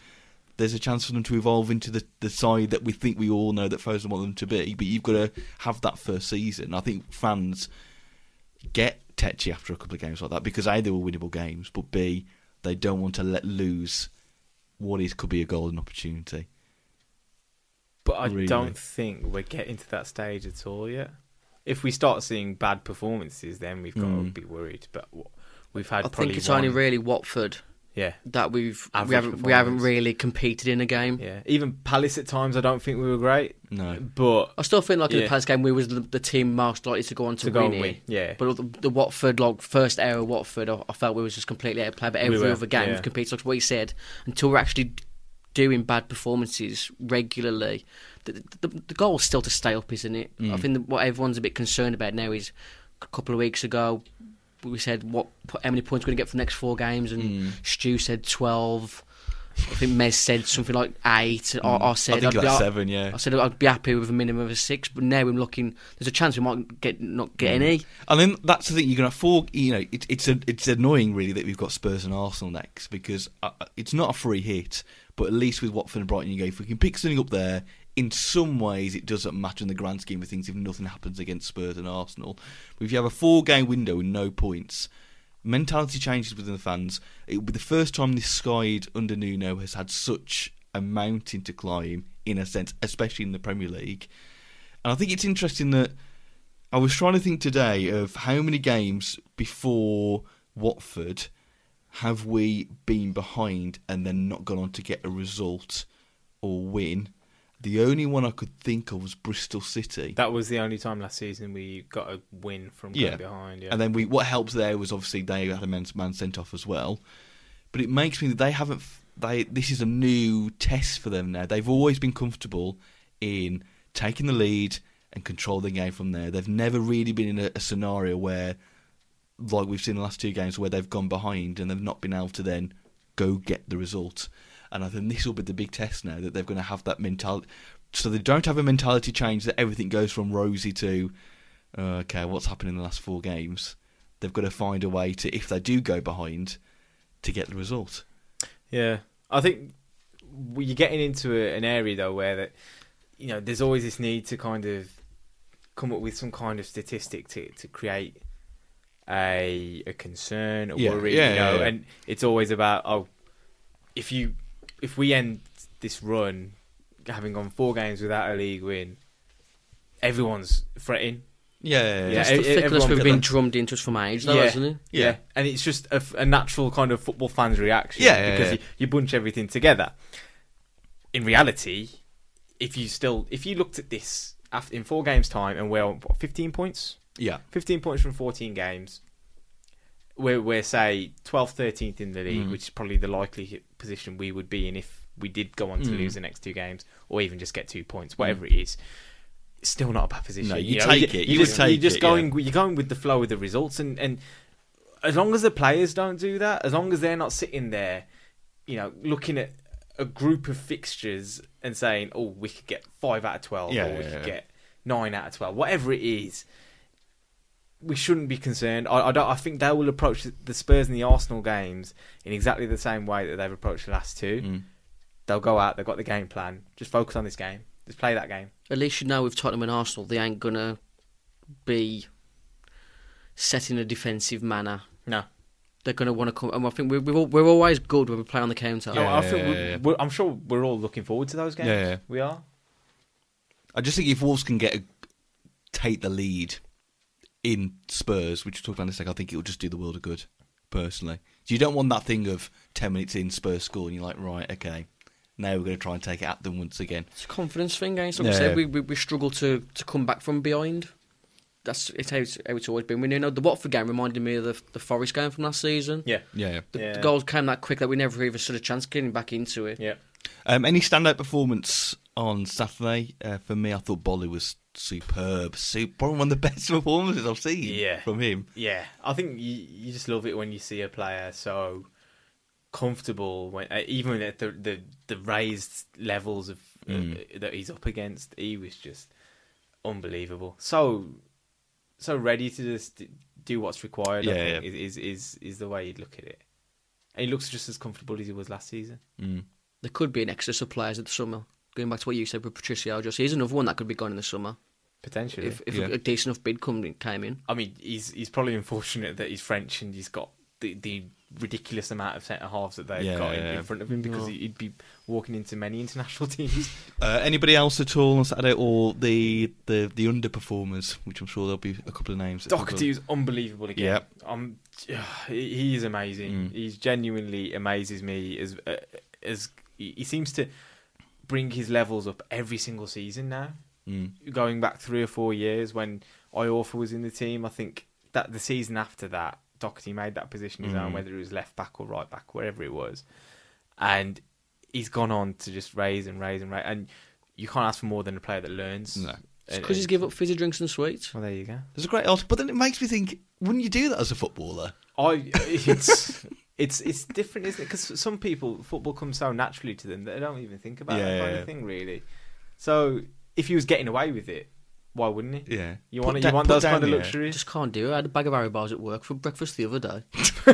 there's a chance for them to evolve into the, the side that we think we all know that Foden want them to be. But you've got to have that first season. I think fans get tetchy after a couple of games like that because a they were winnable games, but b they don't want to let lose what is could be a golden opportunity.
But I
Really.
don't think we're getting to that stage at all yet. If we start seeing bad performances, then we've got
Mm.
to be worried. But w- we've had
I
probably
think it's
one,
only really Watford
yeah,
that we've
Average
we haven't we haven't
performance.
really competed in a game.
yeah. Even Palace at times, I don't think we were great.
No.
but
I still think like in the
Yeah.
past game we was the, the team most likely to go on to,
To go
win,
and
it.
win, yeah.
But the, the Watford like first era Watford, I, I felt we was just completely out of play. But every
were,
other game
yeah.
we've competed, like what you said, until we're actually doing bad performances regularly, the the, the goal is still to stay up, isn't it?
Mm.
I think that what everyone's a bit concerned about now is a couple of weeks ago. We said what how many points we're going to get for the next four games, and
Mm.
Stu said twelve. I think Mez said something like eight.
Mm.
and I, I said
I think
I'd be
like
all-
seven, yeah.
I said I'd be happy with a minimum of a six, but now I'm looking. There's a chance we might get not get any.
And then that's the thing you're gonna have four. You know, it, it's a, it's annoying really that we've got Spurs and Arsenal next because uh, it's not a free hit. But at least with Watford and Brighton, you go if we can pick something up there. In some ways, it doesn't matter in the grand scheme of things if nothing happens against Spurs and Arsenal. But if you have a four-game window and no points, mentality changes within the fans. It would be the first time this side under Nuno has had such a mountain to climb, in a sense, especially in the Premier League. And I think it's interesting that I was trying to think today of how many games before Watford have we been behind and then not gone on to get a result or win. The only one I could think of was Bristol City.
that was the only time last season we got a win from going behind. Yeah,
And then we what helped there was obviously they had a man, man sent off as well. But it makes me they haven't f- they this is a new test for them now. They've always been comfortable in taking the lead and controlling the game from there. They've never really been in a, a scenario where like we've seen in the last two games where they've gone behind and they've not been able to then go get the result. And I think this will be the big test now that they're going to have that mentality. So they don't have a mentality change that everything goes from rosy to uh, okay, what's happened in the last four games? They've got to find a way to, if they do go behind, to get the result.
Yeah, I think w- you're getting into a, an area though where that you know there's always this need to kind of come up with some kind of statistic to to create a a concern or
Yeah,
worry,
yeah,
you
yeah,
know,
yeah.
and it's always about oh, if you if we end this run having gone four games without a league win, everyone's fretting.
Yeah,
Yeah,
That's
e-
the
e-
fickleness
everyone
we've
get
been
that.
drummed into us from age, though, hasn't it?
Yeah.
Yeah.
and it's just a, f- a natural kind of football fan's reaction.
Yeah, yeah,
because
yeah.
You, you bunch everything together. In reality, if you still if you looked at this after, in four games time and we're on what, fifteen points,
yeah,
fifteen points from fourteen games, we're we're say 12th, 13th in the
Mm.
league, which is probably the likely position we would be in if we did go on
Mm.
to lose the next two games or even just get two points, whatever it is. It's still not a bad position.
No, you
know,
take
ju-
it,
You,
you
just
would
you're
take
just
it,
going you're going with the flow of the results and and as long as the players don't do that, as long as they're not sitting there, you know, looking at a group of fixtures and saying, "Oh, we could get five out of twelve,
Yeah,
or we
yeah,
could
yeah.
get nine out of twelve, whatever it is." We shouldn't be concerned. I, I don't. I think they will approach the Spurs and the Arsenal games in exactly the same way that they've approached the last two.
Mm.
They'll go out. They've got the game plan. Just focus on this game. Just play that game.
At least you know with Tottenham and Arsenal, they ain't gonna be set in a defensive manner.
No.
They're gonna want to come. And I think we're we're, all, we're always good when we play on the counter.
No, I think
yeah,
we're,
yeah.
We're, I'm sure we're all looking forward to those games.
Yeah, yeah.
We are.
I just think if Wolves can get a, take the lead in Spurs, which we'll talk about in a second, I think it'll just do the world a good. Personally, so you don't want that thing of ten minutes in Spurs score, and you're like, right, okay, now we're going to try and take it at them once again.
It's a confidence thing, guys. Like I
Yeah.
said, we, we we struggle to to come back from behind. That's it's how it's, how it's always been. We you know the Watford game reminded me of the the Forest game from last season.
Yeah.
Yeah. yeah.
The,
Yeah.
the goals came that quick that we never even stood a chance getting back into it.
Yeah.
Um, any standout performance on Saturday uh, for me? I thought Bolly was superb, Sup- probably one of the best performances I've seen
Yeah.
from him.
Yeah, I think you, you just love it when you see a player so comfortable when uh, even at the the, the raised levels of uh,
Mm.
that he's up against. He was just unbelievable. So so ready to just d- do what's required. I
Yeah,
think
yeah.
Is, is is is the way you'd look at it. And he looks just as comfortable as he was last season.
There could be an excess of players at the summer. Going back to what you said with Patricio, just he's another one that could be gone in the summer
Potentially,
if if
Yeah.
a, a decent enough bid come came in.
I mean, he's he's probably unfortunate that he's French and he's got the, the ridiculous amount of centre halves that they've
Yeah,
got in,
yeah.
in front of him because
No.
he'd be walking into many international teams.
Uh, anybody else at all on Saturday, or the the the underperformers, which I'm sure there'll be a couple of names. that people-
Doherty was unbelievable again.
Yep. Mm.
Um, he he is amazing. He's genuinely amazes me as uh, as he he seems to bring his levels up every single season now.
Mm.
Going back three or four years when Iorfa was in the team, I think that the season after that, Doherty made that position his
Mm.
own, whether it was left back or right back, wherever it was, and he's gone on to just raise and raise and raise. And you can't ask for more than a player that learns.
No.
And-
Because he's
and-
give up fizzy drinks and sweets.
Well, there you go.
There's a great article, but then it makes me think: Wouldn't you do that as a footballer?
I it's it's it's different, isn't it? Because some people football comes so naturally to them that they don't even think about that
Yeah,
kind
yeah.
of thing really. So if he was getting away with it, why wouldn't he?
Yeah.
You
Put
want
da-
you want
put
those
down
kind of
here.
I
luxuries.
just can't do it. I had a bag of Harry bars at work for breakfast the other day.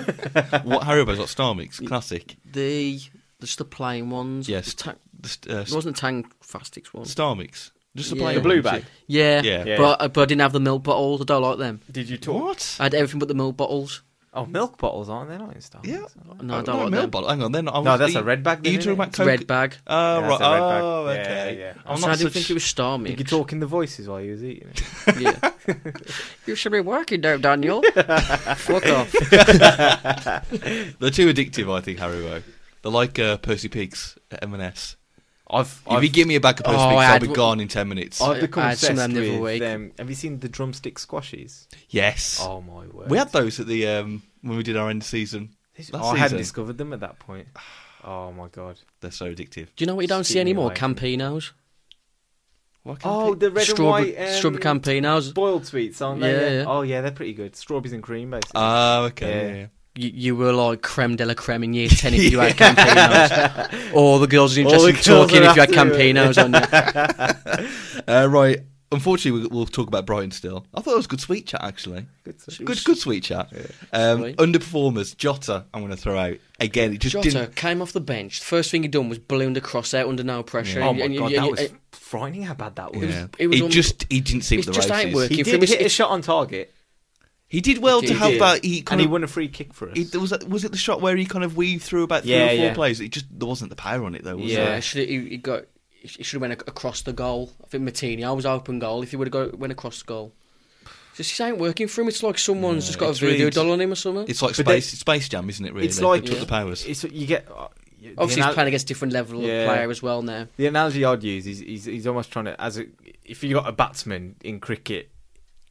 what Haribo's got Star Mix, classic.
The just the plain ones.
Yes,
The Tang-
The, uh,
it wasn't Tang Fastics one.
Star Mix, just the
Yeah.
plain
The
blue
ones,
bag.
yeah.
Yeah,
Yeah.
Yeah.
But, I, but I didn't have the milk bottles. I don't like them.
Did you talk?
What?
I had everything but the milk bottles.
Oh, milk bottles aren't they? Not in Star
Yeah.
Wars, are they?
No, I
Oh,
don't
no,
like
milk
them.
bottle. Hang on, then I
No,
was-
that's a
are you-
red bag
Are
then,
you talking
isn't
about
it?
It's
Coke?
red bag.
Oh,
Yeah,
right.
that's a red bag.
Oh,
Yeah,
okay.
yeah.
I'm
so I
not such...
didn't think it was Star
Did
Mix.
you talk in the voices while he was eating it?
Yeah. you should be working there, Daniel. Fuck off.
They're too addictive, I think, Haribo. They're like uh, Percy Pigs at M&S.
I've
If you give me a bag of Percy
Oh, I
Pigs, I'll
had
be
w-
gone in 10 minutes.
I've become
I had some of
obsessed
them the other
with
week.
um, Have you seen the drumstick squashies?
yes.
Oh my word!
we had those at the um, when we did our end of season.
Oh,
last
I hadn't
season.
discovered them at that point. Oh my god!
They're so addictive.
Do you know what you don't see
Keep me
anymore?
away.
Campinos.
Why can't
Oh,
it-
the red
strawberry,
and white um,
strawberry Campinos.
boiled sweets, aren't they?
Yeah, Uh, yeah.
Oh yeah, they're pretty good. Strawberries and cream, basically.
Oh, okay.
Yeah.
yeah, yeah.
You, you were like creme de la creme in year 10 if you had Campinos. All the girls were
All the
interested in
girls
talking
are
if you had
after you.
Campinos on you.
Uh, right. Unfortunately, we- we'll talk about Brighton still. I thought it was good sweet chat, actually.
Good stuff.
Good, good sweet chat. Um,
Sweet.
underperformers, Jota. I'm going to throw out again. It just
Jota
didn't.
came off the bench. The first thing he done was ballooned across out under no pressure.
oh
and-
my
and-
god,
and-
that
and-
was
and-
frightening how bad that was.
Yeah.
it was
he
un-
just he didn't seem
It's
the
just
races.
ain't working.
He
If
did
it was-
hit a
if-
shot on target,
He did well
He
to
did.
have that. He
and
kind
he
of
won a free kick for us.
He, there was that, was it the shot where he kind of weaved through about three
Yeah,
or four
yeah.
players? It just there wasn't the power on it though. Was
Yeah.
Yeah,
There?
should he, he got. He should have went ac- across the goal. I think Matinho was open goal. If he would have got went across the goal, just this ain't working for him. It's like someone's just got a
it's
voodoo
really-
doll on him or something.
It's like
But they-
space Space Jam, isn't it? Really,
it's like
They took the powers.
It's you get. Uh, the
Obviously,
anal-
he's playing against different level
Yeah.
of player as well now.
The analogy I'd use is he's, he's almost trying to as a, if you got a batsman in cricket,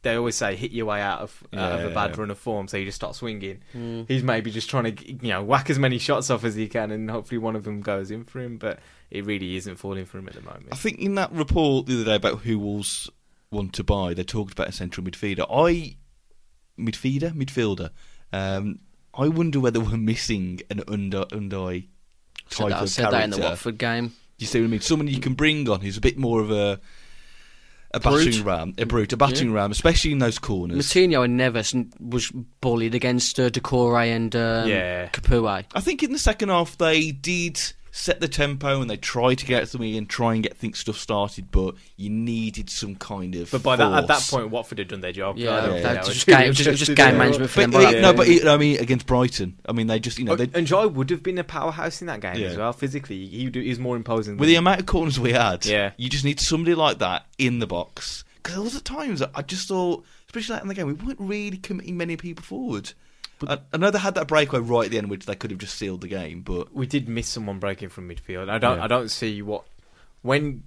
they always say hit your way out of out of a
Yeah.
bad run of form, so you just start swinging. He's maybe just trying to you know whack as many shots off as he can, and hopefully one of them goes in for him. But it really isn't falling for him at the moment.
I think in that report the other day about who Wolves want to buy, they talked about a central midfielder. I midfielder, midfielder. Um, I wonder whether we're missing an under under type
that, I
of
said that in the
character.
Watford game.
You see what I mean? Someone you can bring on who's a bit more of a a
Brute.
battering ram, a brute, a battering ram, especially in those corners.
Matinho and Neves n- was bullied against uh, Decore and um,
Yeah.
Kapue.
I think in the second half they did set the tempo and they tried to get something and try and get things stuff started, but you needed some kind of.
But by that at that
force.
point, Watford had done their job.
Yeah,
I don't think
that
they
was
were
just
too
game- just- just
interested
game
in it.
management for
But
them by
it-
that
no,
point.
but it, I mean against Brighton, I mean they just you know they,
Oh, and Jai would have been a powerhouse in that game
Yeah.
as well. Physically, he would, he's more imposing.
with the
than-
amount of corners we had,
Yeah.
you just need somebody like that in the box. Because a lot of times I just thought, especially late in the game, we weren't really committing many people forward. I, I know they had that breakaway right at the end, which they could have just sealed the game, but
we did miss someone breaking from midfield. I don't.
Yeah.
I don't see what when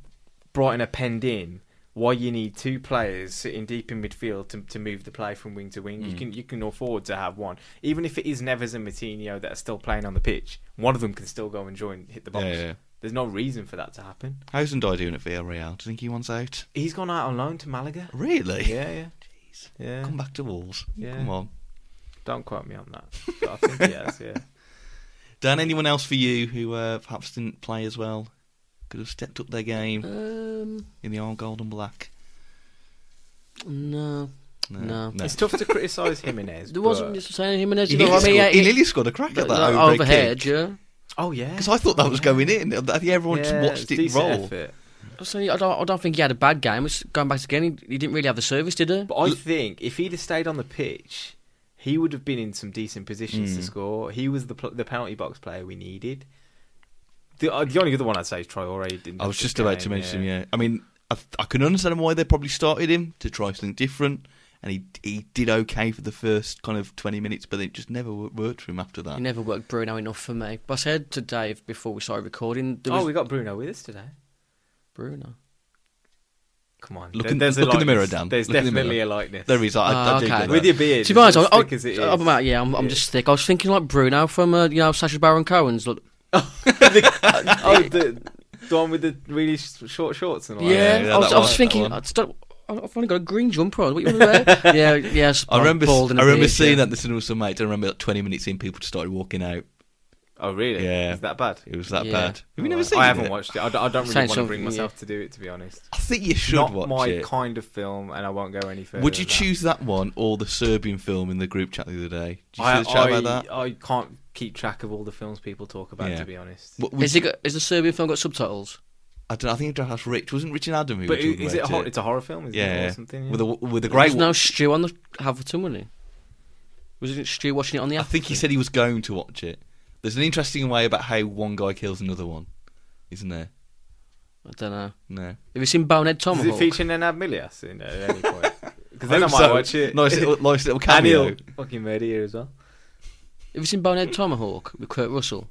Brighton are penned in. Why you need two players sitting deep in midfield to, to move the play from wing to wing?
Mm.
You can you can afford to have one, even if it is Neves and Matinho that are still playing on the pitch. One of them can still go and join hit the box.
Yeah, yeah.
There's no reason for that to happen.
how's Ndai doing at Villarreal? Do you think he wants out?
He's gone out on loan to Malaga.
Really?
Yeah, yeah,
Jeez.
yeah.
Come back to Wolves.
Yeah.
Come on.
Don't quote me on that. But I think yes, yeah.
Dan, anyone else for you who uh, perhaps didn't play as well? Could have stepped up their game
Um,
in the old gold and black. Uh,
no, no.
no.
It's tough to criticise Jimenez.
There wasn't
but-
just saying Jimenez.
He
You know
nearly
what I mean?
scored-
Yeah,
he
he-
nearly scored a crack at
like,
that
like,
overhead
overhead,
kick.
yeah.
Oh yeah.
Because I thought that was going in. I think everyone just
Yeah,
watched it
decent
roll.
effort.
So I don't, I don't think he had a bad game. It's going back again, he, he didn't really have the service, did he?
But I think if he'd have stayed on the pitch, he would have been in some decent positions
Hmm.
to score. He was the pl- the penalty box player we needed. The, uh, the only other one I'd say is Traore. he Didn't
I
have
was
a
just
good
about to
game,
mention him, yeah. I mean, I, I can understand why they probably started him to try something different, and he he did okay for the first kind of 20 minutes, but it just never wor- worked for him after that.
He never worked Bruno enough for me. But I said to Dave before we started recording, there was
Oh, we got Bruno with us today.
Bruno.
Come on,
Look
there-
in-
there's a
look in the mirror,
likeness.
Dan.
There's
Look in the
definitely
mirror.
a likeness.
There he is. I, I,
Ah,
I do
okay.
get
with
that.
your beard.
To be
it's
honest, I,
as
I,
thick as it
I'm
is.
about, yeah, I'm, I'm
Yeah.
just thick. I was thinking like Bruno from, uh, you know, Sacha Baron Cohen's. Look,
oh, the, the one with the really sh- short shorts and all. that.
yeah,
Oh, yeah,
I
that
was, I
one,
was
that
thinking,
one.
I don't, I've only got a green jumper on. What you want to wear? yeah, yeah. it's
I remember,
bald and
I
a
remember
beard,
seeing
yeah.
that at the cinema with some mates. I remember like 20 minutes in, people just started walking out.
Oh, really?
Yeah.
Is that bad?
It was that
Yeah.
bad. Have you never
Alright.
seen it?
I haven't watched it. I, d- I don't really
Sounds
want to bring
something,
myself
yeah.
to do it. To be honest,
I think you should
not
watch
my
it.
kind of film, and I won't go any further.
Would you
than that.
choose that one or the Serbian film in the group chat the other day? Did you see the chat about that?
I can't keep track of all the films people talk about,
Yeah.
to be honest.
What,
Is, it got, is the Serbian film got subtitles?
I don't. know, I think it was Rich. Wasn't Rich and Adam who? were
but i-
talking
is it, a
about
hor- it's a horror film, is
yeah,
it, or something? yeah?
with a with a
There
great.
was no Stew on the Haverton, was he? Was it Stew watching it on the?
I think he said he was going to watch it. There's an interesting way about how one guy kills another one, isn't there?
I don't know.
No.
Have you seen Bonehead
Does it
Tomahawk?
feature Nenad Milias in there at any point? Because then I
Hope
might
so.
watch it.
Nice little, nice little
and
cameo.
he'll fucking murder you as well.
Have you seen Bonehead Tomahawk with Kurt Russell?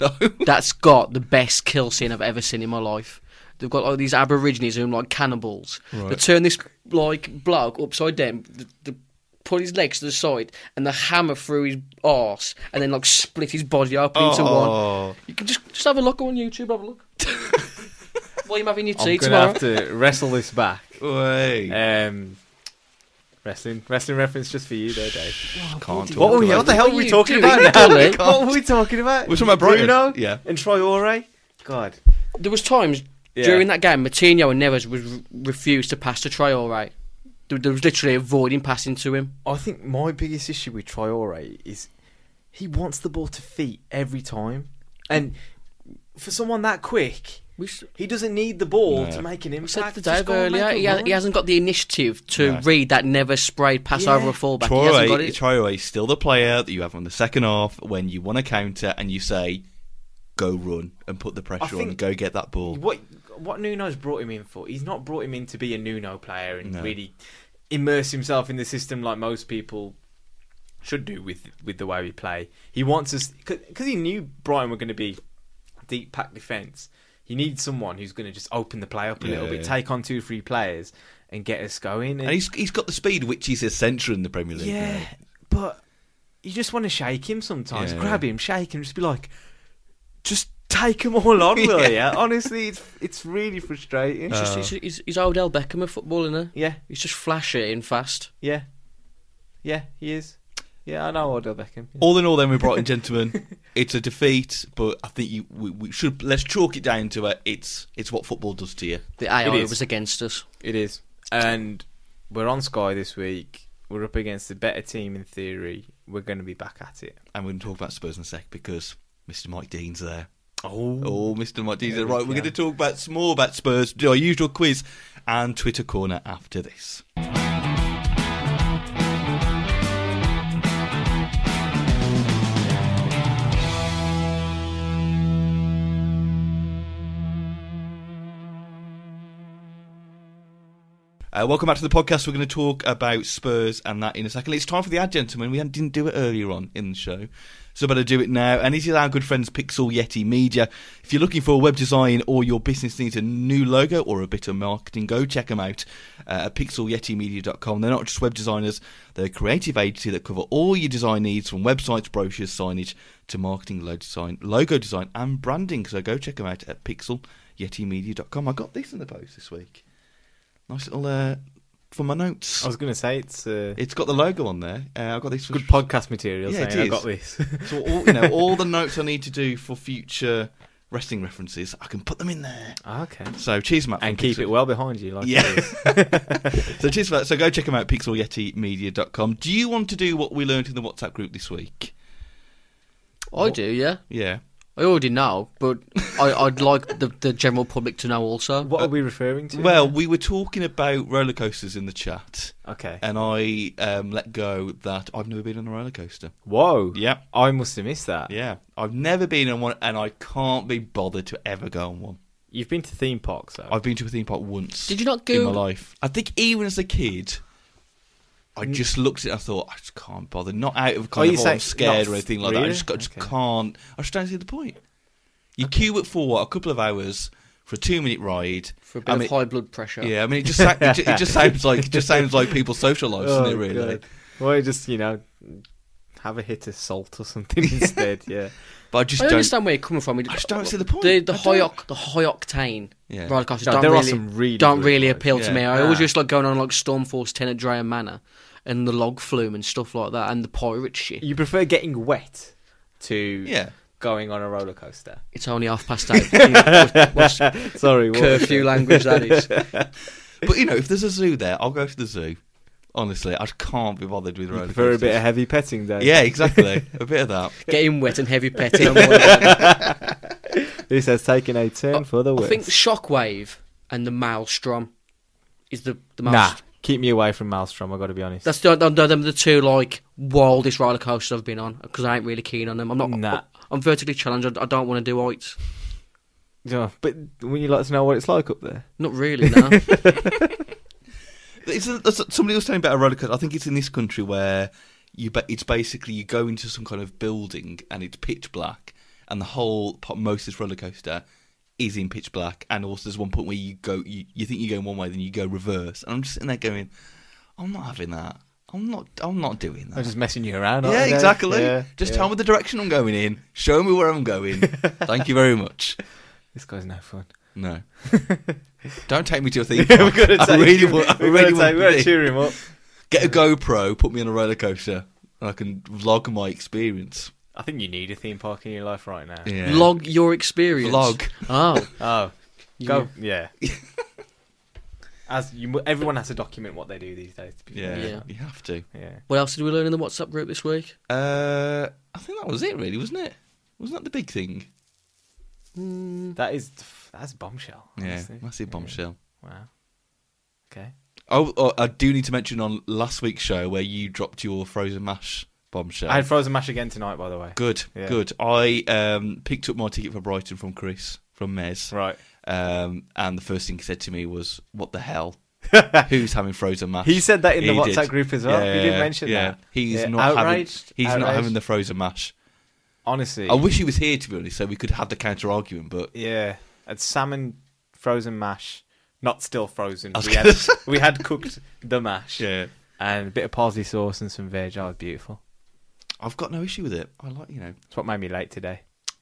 No.
That's got the best kill scene I've ever seen in my life. They've got like these aborigines who are like cannibals. They turn this like bloke upside down, they, they put his legs to the side, and they hammer through his arse, and then like split his body open into one.
Oh.
You can just just have a look on YouTube. Have a look. While you're having your
I'm
tea
gonna
tomorrow.
have to wrestle this back.
Wait.
Uh,
Um, wrestling, wrestling reference just for you, there, Dave.
can't
What,
talk
were we-
about
what the
it.
hell
What
are
are
we
you
talking
doing,
about? now?
Colin?
what were we talking about?
We're talking about Brighton.
Bruno,
Yeah.
and Traore. God,
There was times
Yeah.
during that game, Matinho and Neves was refused to pass to try. All right, there, there was literally avoiding passing to him.
I think my biggest issue with Traore is he wants the ball to feet every time, and for someone that quick,
We s-
he doesn't need the ball
No.
to make an
We said
impact.
to
Just
Dave
go and make
earlier,
a
he, has,
run.
he hasn't got the initiative to
No.
read that never sprayed pass
Yeah.
over a fullback. he hasn't got
Troy
it.
Troy is still the player that you have on the second half when you want to counter and you say, go run and put the pressure on,
think-
go get that ball.
What what Nuno's brought him in for? He's not brought him in to be a Nuno player and
No.
really immerse himself in the system like most people should do with with the way we play. He wants us because he knew Brian were going to be deep pack defence. He needs someone who's going to just open the play up a little
Yeah,
bit,
yeah.
take on two, three players, and get us going.
And he's, he's got the speed, which is essential in the Premier League.
yeah,
now.
but you just want to shake him sometimes.
Yeah.
Grab him, shake him, just be like, just take them all on, will
Yeah.
ya? Honestly, it's it's really frustrating.
It's just-
uh,
it's- it's- He's Odell Beckham of football, isn't he?
yeah,
He's just flashy and fast.
yeah, yeah, he is. Yeah, I know Odell Beckham. Yeah.
All in all, then, with Brighton, gentlemen, it's a defeat, but I think you, we, we should let's chalk it down to it. It's it's what football does to you.
The AI
is.
was against us.
It is. And we're on Sky this week. We're up against a better team in theory. We're going to be back at it.
And we're going to talk about Spurs in a sec because Mr. Mike Dean's there.
Oh.
Oh, Mr. Mike Dean's there.
Yeah,
Right, we're
yeah.
going to talk about some more about Spurs, do our usual quiz and Twitter corner after this. Uh, welcome back to the podcast. We're going to talk about Spurs and that in a second. It's time for the ad, gentlemen. We didn't do it earlier on in the show, so better do it now. And this is our good friends Pixel Yeti Media. If you're looking for a web design or your business needs a new logo or a bit of marketing, go check them out uh, at pixelyetimedia.com. They're not just web designers; they're a creative agency that cover all your design needs from websites, brochures, signage to marketing, logo design, logo design, and branding. So go check them out at pixelyetimedia.com. I got this in the post this week. Nice little uh, for my notes.
I was going to say it's uh,
It's got the logo on there. Uh, I've got this.
Oh. good podcast material.
Yeah, it is.
saying, I got this.
So all, you know, all the notes I need to do for future wrestling references, I can put them in there.
okay.
So cheers, Matt. from
And keep
Pixel.
it well behind you. Like
Yeah.
yeah.
So cheers for that. So go check them out, pixelyetimedia.com. Do you want to do what we learned in the WhatsApp group this week?
I do, yeah.
Yeah.
I already know, but I, I'd like the, the general public to know also.
What are we referring to?
Well, we were talking about roller coasters in the chat,
okay.
and I um, let go that I've never been on a roller coaster.
Whoa.
Yeah.
I must have missed that.
Yeah, I've never been on one, and I can't be bothered to ever go on one.
You've been to theme parks though.
I've been to a theme park once.
Did you not
in my
Google-
life? I think even as a kid, I just looked at. it I thought I just can't bother. Not out of kind
you
of oh, I'm
say-
scared
not
or anything like that. I
really?
just, I just
Okay.
can't. I just don't see the point. You queue up for what a couple of hours for a two minute ride
For a bit
I
of
mean,
high blood pressure.
Yeah, I mean it just sa- it, ju- it just sounds like it just sounds like people social lives, doesn't it? Really.
Oh, God. Well, just you know, have a hit of salt or something instead. Yeah.
But I just
I
don't.
understand where you're coming from.
I just don't see the point.
The, the
I
high
don't.
oc- the high octane
Yeah.
roller coasters
No,
don't
there are
really,
some really
don't
good
really
ones,
appeal
yeah.
to me. I always
Ah.
just like going on like Stormforce Ten at Dreyer Manor and the log flume and stuff like that and the pirate ship.
You prefer getting wet to
Yeah.
going on a roller coaster.
It's only half past eight. What- what's
Sorry, what was
curfew language that is.
But you know, if there's a zoo there, I'll go to the zoo. Honestly, I just can't be bothered with roller
it?
coasters.
Prefer a bit of heavy petting day.
Yeah, exactly. a bit of that.
Getting wet and heavy petting. on one hand.
This has taken a turn for the
I
worse.
think Shockwave and the Maelstrom is the the most.
nah, keep me away from Maelstrom. I got to be honest.
That's the, the, the, the two like wildest roller coasters I've been on because I ain't really keen on them. I'm not.
Nah.
I'm vertically challenged. I, I don't want to do heights.
Yeah, but would you like to know what it's like up there?
Not really. No.
It's a, that's- somebody was saying about a roller coaster. I think it's in this country where you ba it's basically you go into some kind of building and it's pitch black, and the whole po- most of this roller coaster is in pitch black. And also, there's one point where you go, you, you think you're going one way, then you go reverse, and I'm just sitting there going, I'm not having that. I'm not. I'm not doing that.
I'm just messing you around. aren't
yeah,
I, Dave?
exactly.
Yeah,
just
yeah.
tell me the direction I'm going in. Show me where I'm going. Thank you very much.
This guy's no fun.
No. Don't take me to a theme park. I really want. I really want to be-
cheer him up.
Get a GoPro, put me on a roller coaster, and I can vlog my experience.
I think you need a theme park in your life right now.
Yeah.
Log your experience.
Vlog.
Oh,
Oh, go. Yeah. As you, mu- everyone has to document what they do these days. To be
Yeah,
fair.
Yeah.
you have to.
yeah.
what else did we learn in the WhatsApp group this week?
Uh, I think that was it, really, wasn't it? Wasn't that the big thing?
That is that's a bombshell.
Yeah,
honestly.
massive bombshell.
Wow. Okay.
Oh, oh, I do need to mention on last week's show where you dropped your frozen mash bombshell.
I had frozen mash again tonight, by the way.
good,
Yeah.
good. I um, picked up my ticket for Brighton from Chris from Mez.
Right.
Um, and the first thing he said to me was, "What the hell? Who's having frozen mash?"
He said that in the
He did.
WhatsApp group as well. You did mention that.
He's
Yeah,
not
outraged,
Having, he's not
outraged.
having the frozen mash.
Honestly.
I wish he was here to be honest, so we could have the counter argument. But
Yeah. Had salmon frozen mash, not still frozen.
was
We had,
gonna say.
we had cooked the mash.
yeah,
And a bit of parsley sauce and some veg. Oh, beautiful.
I've got no issue with it. I like you know.
That's what made me late today.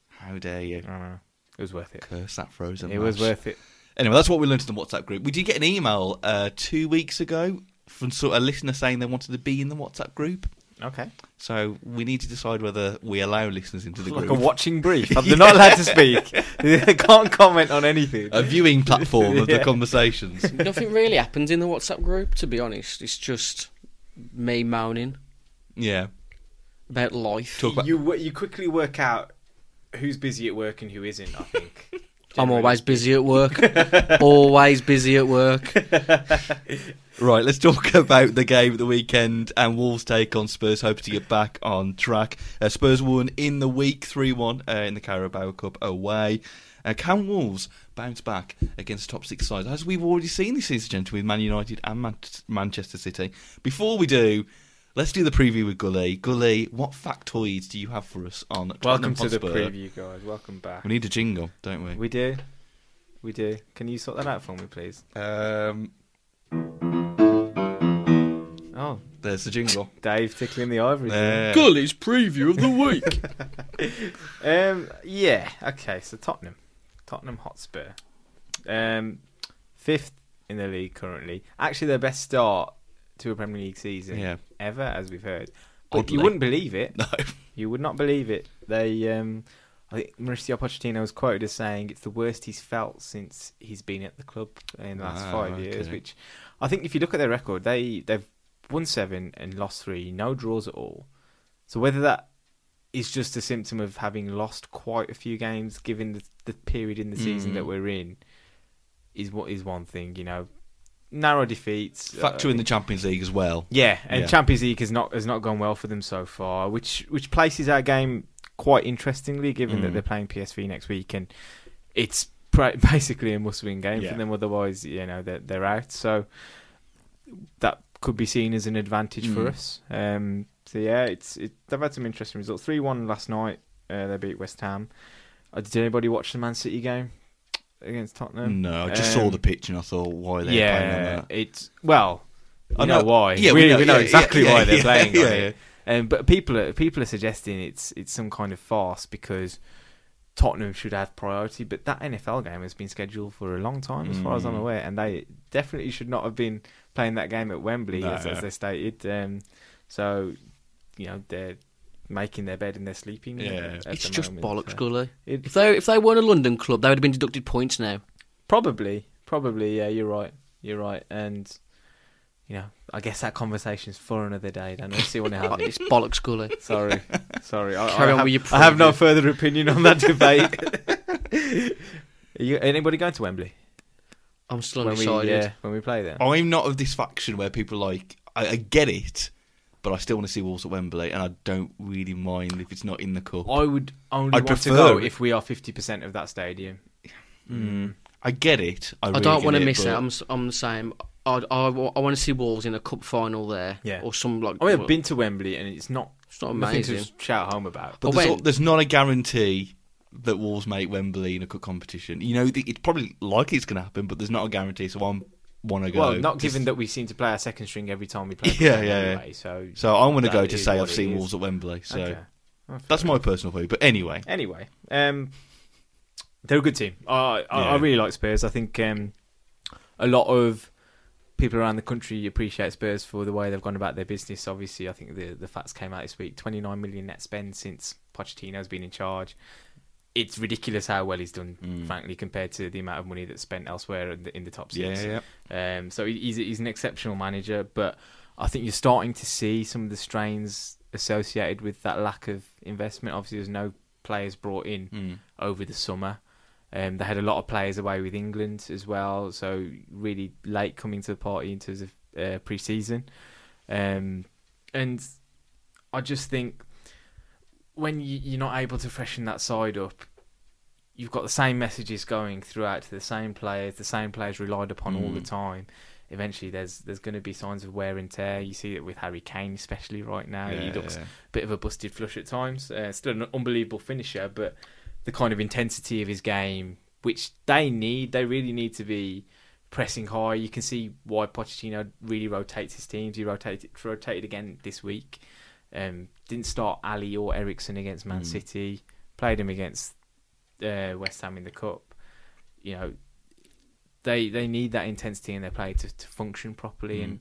How dare you
I don't know. It was worth it.
curse that frozen?
It was
mash.
worth it.
Anyway, that's what we learned in the WhatsApp group. We did get an email uh, two weeks ago from sort of a listener saying they wanted to be in the WhatsApp group.
Okay.
So we need to decide whether we allow listeners into the
Like
group.
a watching brief. They're not allowed to speak. they can't comment on anything.
a viewing platform of the
Yeah.
conversations.
Nothing really happens in the WhatsApp group, to be honest. It's just me moaning
Yeah.
about life.
Talk about
You wo- you quickly work out who's busy at work and who isn't. I think.
I'm always busy at work. always busy at work.
Right, let's talk about the game at the weekend and Wolves' take on Spurs, hoping to get back on track. Uh, Spurs won in the week 3 1 uh, in the Carabao Cup away. Uh, can Wolves bounce back against top six sides? As we've already seen this season, gentlemen, with Man United and Man- Manchester City. Before we do, let's do the preview with Gully. Gully, what factoids do you have for us on Tottenham
Welcome to the
Hotspur?
preview, guys. Welcome back.
We need a jingle, don't we?
We do. We do. Can you sort that out for me, please?
Um,
Oh,
there's the jingle.
Dave tickling the ivory.
There.
Gully's preview of the week.
Um, yeah. Okay. So Tottenham, Tottenham Hotspur, um, fifth in the league currently. Actually, their best start to a Premier League season
Yeah.
ever, as we've heard. But
Oddly.
you wouldn't believe it.
No.
You would not believe it. They, um, I think Mauricio Pochettino was quoted as saying it's the worst he's felt since he's been at the club in the last
Wow,
five years.
Ah, okay.
Which I think, if you look at their record, they they've won seven and lost three, no draws at all. So whether that is just a symptom of having lost quite a few games, given the, the period in the season that we're in, is what is one thing. You know, narrow defeats.
Factor
uh,
in the Champions League as well.
yeah, and
Yeah.
Champions League has not has not gone well for them so far, which which places our game quite interestingly, given
Mm.
that they're playing PSV next week, and it's pr- basically a must-win game
Yeah.
for them. Otherwise, you know, they're they're out. So that could be seen as an advantage
Mm.
for us. Um, so yeah, it's it, they've had some interesting results. Three one last night. Uh, they beat West Ham. Uh, did anybody watch the Man City game against Tottenham?
No, I just saw
Um,
the pitch and I thought, why are they playing
yeah,
on that?
it's well,
I
I know,
know-
why.
yeah,
we,
we
we
know-
know,
yeah,
exactly
yeah,
why they're
yeah,
playing
yeah,
on it. Um, but people are people are suggesting it's it's some kind of farce because Tottenham should have priority. But that NFL game has been scheduled for a long time, as far as I'm
Mm.
aware, and they definitely should not have been playing that game at Wembley,
No,
as, as
no.
they stated. Um, so, you know, they're making their bed and they're sleeping.
Yeah.
at the
it's just
moment,
bollocks,
so.
Gully.
It-
If they if they weren't a London club, they would have been deducted points now.
Probably, probably. Yeah, you're right. You're right. And you know, I guess that conversation's for another day. Then we'll see what happens.
It's bollocks, Gully.
Sorry, sorry. I,
Carry
I,
on
have,
with your
I have no
preview.
further opinion on that debate. Are you, anybody going to Wembley
I'm still
when we
undecided.
yeah, when we play there?
I'm not of this faction where people are like, I, I get it, but I still want to see Wolves at Wembley, and I don't really mind if it's not in the cup.
I would only
I'd
want to
prefer
go
it.
if we are fifty percent of that stadium.
I get it. I,
I
really
don't
get
want to
it,
miss
but
it. I'm s- I'm the same. I, I, want to see Wolves in a cup final there,
Yeah.
or some like.
I mean, I've
well,
been to Wembley and it's not
It's not
nothing to
amazing.
shout home about.
But
I
there's,
went-
al- there's not a guarantee that Wolves make Wembley in a cup competition. You know, the- it's probably likely it's going to happen, but there's not a guarantee. So I'm want to go.
well, not given that we seem to play our second string every time we play.
Yeah,
them
yeah, yeah.
anyway, So,
So I want to
that
go to
is
say
what
I've
it
seen
is.
Wolves at Wembley. So
Okay.
that's my personal view. But anyway,
Anyway, um, they're a good team. I, I, I
Yeah.
really like Spurs. I think um, a lot of people around the country appreciate Spurs for the way they've gone about their business. Obviously, I think the the facts came out this week: twenty nine million net spend since Pochettino's been in charge. It's ridiculous how well he's done,
Mm.
frankly, compared to the amount of money that's spent elsewhere in the, in the top
Yeah,
six.
yeah,
Um, so he- he's he's an exceptional manager, but I think you're starting to see some of the strains associated with that lack of investment. Obviously, there's no players brought in
Mm.
over the summer. Um, they had a lot of players away with England as well, so really late coming to the party in terms of uh, pre-season. Um, and I just think when you, you're not able to freshen that side up, you've got the same messages going throughout to the same players, the same players relied upon all
Mm.
the time. Eventually, there's there's going to be signs of wear and tear. You see it with Harry Kane, especially right now. he
Yeah,
looks
yeah.
a bit of a busted flush at times. Uh, still an unbelievable finisher, but the kind of intensity of his game, which they need, they really need to be pressing high. You can see why Pochettino really rotates his teams. He rotated rotated again this week. Um, didn't start Ali or Ericsson against
Mm.
Man City. Played him against uh, West Ham in the cup.
Mm.
You know, they they need that intensity in their play to, to function properly, and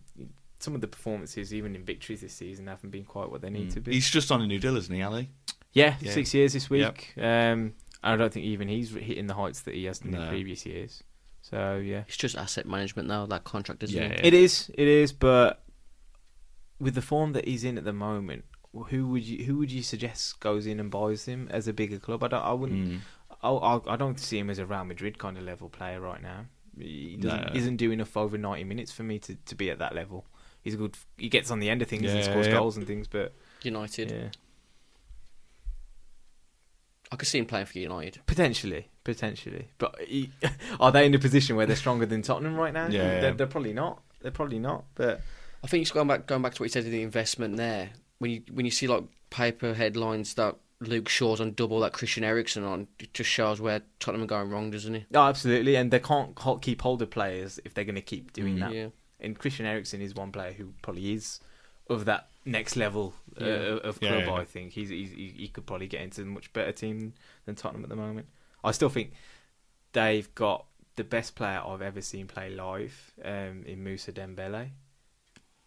some of the performances, even in victories this season, haven't been quite what they need to be.
Mm. He's just on a new deal, isn't he, Ali?
yeah,
yeah.
six years this week. Um, I don't think even he's hitting the heights that he has done
No.
in previous years. So yeah,
It's just asset management now, that contract, isn't
Yeah.
it?
It is, it is, but with the form that he's in at the moment, who would you who would you suggest goes in and buys him as a bigger club? I don't, I wouldn't,
Mm.
I, I, I don't see him as a Real Madrid kind of level player right now. He doesn't,
No.
isn't doing enough over ninety minutes for me to, to be at that level. He's a good. He gets on the end of things and
Yeah,
scores
yeah.
goals and things, but
United.
yeah,
I could see him playing for United.
potentially, potentially. But he, are they in a position where they're stronger than Tottenham right now?
Yeah, yeah.
they're, they're probably not. They're probably not. But
I think it's going back going back to what you said in the investment there. When you when you see like paper headlines that Luke Shaw's on double that Christian Eriksen on, it just shows where Tottenham are going wrong, doesn't it?
No, Oh, absolutely, and they can't ho- keep hold of players if they're going to keep doing that.
Mm. Yeah.
And Christian Eriksen is one player who probably is of that next level uh,
Yeah.
of
Yeah,
club.
yeah, yeah.
I think he's, he's he he could probably get into a much better team than Tottenham at the moment. I still think they've got the best player I've ever seen play live um, in Musa Dembele.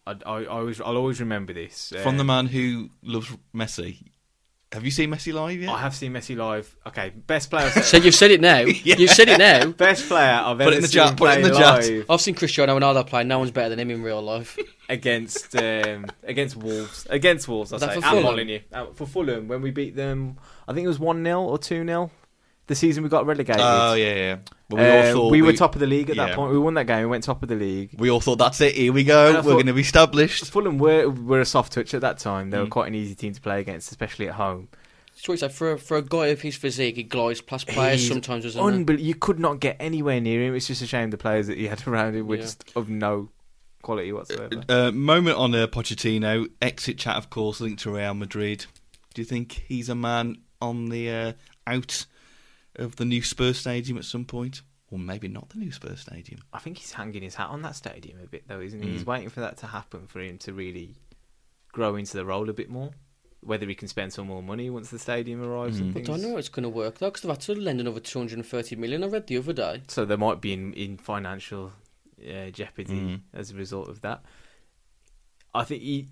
I, I, I always I'll always remember this
From the
Um,
man who loves Messi. Have you seen Messi live yet?
I have seen Messi live. Okay, best player.
So you've said it now. You've said it now.
Best player I've
Put it
ever
in the
seen
chat, put it in
play
the chat.
live.
I've seen Cristiano Ronaldo play. No one's better than him in real life.
against um, against Wolves. Against Wolves, I
Was that
say.
for
At
Fulham?
Molyneux. At- for Fulham, when we beat them, I think it was 1 0 or 2 0. The season we got relegated.
Oh yeah, yeah. But
Uh, we were top of the league at
yeah.
that point. We won that game. We went top of the league.
We all thought that's it. Here we go.
And I
We're
thought-
going to be established.
Fulham were were a soft touch at that time. They
Mm.
were quite an easy team to play against, especially at home.
So it's like for a, for a guy of his physique, he glides past players
He's
sometimes, doesn't he?
unbel- You could not get anywhere near him. It's just a shame the players that he had around him were
Yeah.
just of no quality whatsoever.
Uh, moment on uh, Pochettino exit chat, of course, linked to Real Madrid. Do you think he's a man on the uh, out of the new Spurs stadium at some point, or maybe not the new Spurs stadium?
I think he's hanging his hat on that stadium a bit, though, isn't he? He's waiting for that to happen for him to really grow into the role a bit more. Whether he can spend some more money once the stadium arrives and
I
things.
don't know how it's going to work though, because they've had to lend another 230 million. I read the other day.
So they might be in, in financial uh, jeopardy
Mm.
as a result of that. I think he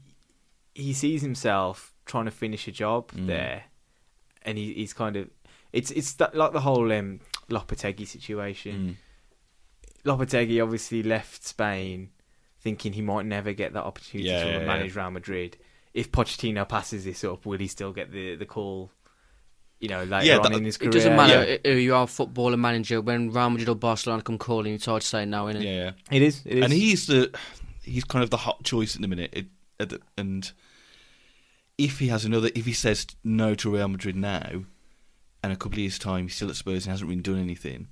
he sees himself trying to finish a job
Mm.
there, and he, he's kind of it's it's that, like the whole um, Lopetegui situation.
Mm.
Lopetegui obviously left Spain thinking he might never get that opportunity
Yeah,
to
yeah,
manage Real Madrid. If Pochettino passes this up, will he still get the, the call? You know, later
Yeah,
on
that-
in his career,
It doesn't matter who you are, footballer, manager. When Real Madrid or Barcelona come calling, it's hard to say no, innit?
yeah.
It is. It is.
and he's the he's kind of the hot choice at the minute. It, at the, and if he has another, if he says no to Real Madrid now, and a couple of years time he's still at Spurs and hasn't really done anything,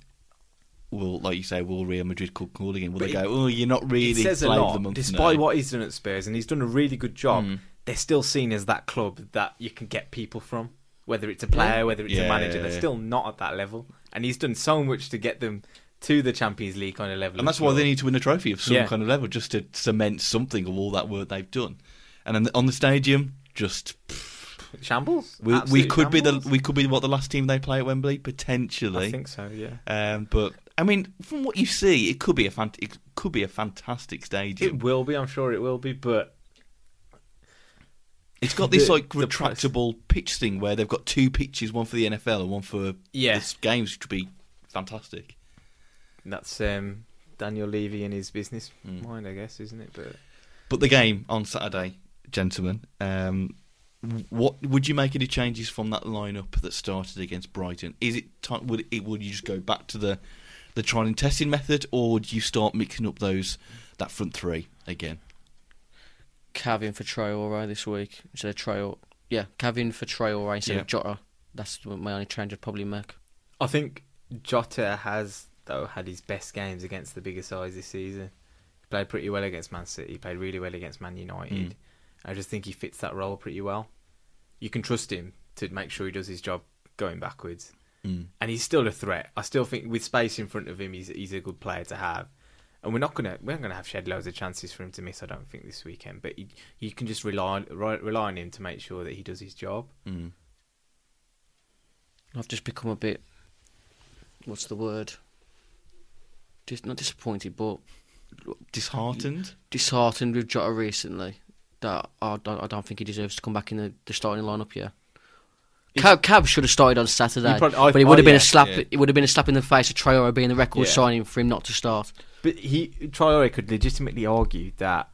will like you say, will Real Madrid call, call again? Will they go? Oh, you're not really
it says a
flavor of
lot.
the month
despite
now."
what he's done at Spurs, and he's done a really good job.
Hmm.
They're still seen as that club that you can get people from, whether it's a player, whether it's
Yeah,
a manager.
yeah,
They're
yeah.
still not at that level, and he's done so much to get them to the Champions League kind of level.
And
as
that's why
well.
they need to win a trophy of some
Yeah.
kind of level just to cement something of all that work they've done. And then on the stadium, just
shambles.
we, we
Absolute
could be the
shambles.
we could be what the last team they play at Wembley potentially.
I think so. Yeah.
Um, but I mean, from what you see, it could be a fant- it could be a fantastic stadium.
It will be. I'm sure it will be. But
It, has got this
the-
like
the price-
retractable pitch thing where they've got two pitches, one for the NFL and one for
Yeah.
this games, which would be fantastic.
that's um, Daniel Levy and his business
Hmm.
mind, I guess, isn't it? But
But the game on Saturday, gentlemen, um, what would you make any changes from that lineup that started against Brighton? Is it ti would it would you just go back to the the trial and testing method, or would you start mixing up those that front three again?
Cavin for Traore this week instead of Traore. Yeah, Cavin for Traore instead of Jota. That's what my only change I'd probably make.
I think Jota has though had his best games against the bigger sides this season. He played pretty well against Man City. He played really well against Man United. I just think he fits that role pretty well. You can trust him to make sure he does his job going backwards, and he's still a threat. I still think with space in front of him, he's he's a good player to have. And we're not gonna we're not gonna have shed loads of chances for him to miss. I don't think this weekend, but you, you can just rely on- rely rely on him to make sure that he does his job.
I've just become a bit. What's the word? Just not disappointed, but
disheartened.
disheartened with Jota recently that I don't, I don't think he deserves to come back in the, the starting lineup yet. Cab, Cab should have started on Saturday,
You probably- I-
but it
oh,
would have been
yeah,
a slap.
yeah.
It would have been a slap in the face of Traore being the record
Yeah.
signing for him not to start.
But he Traore could legitimately argue that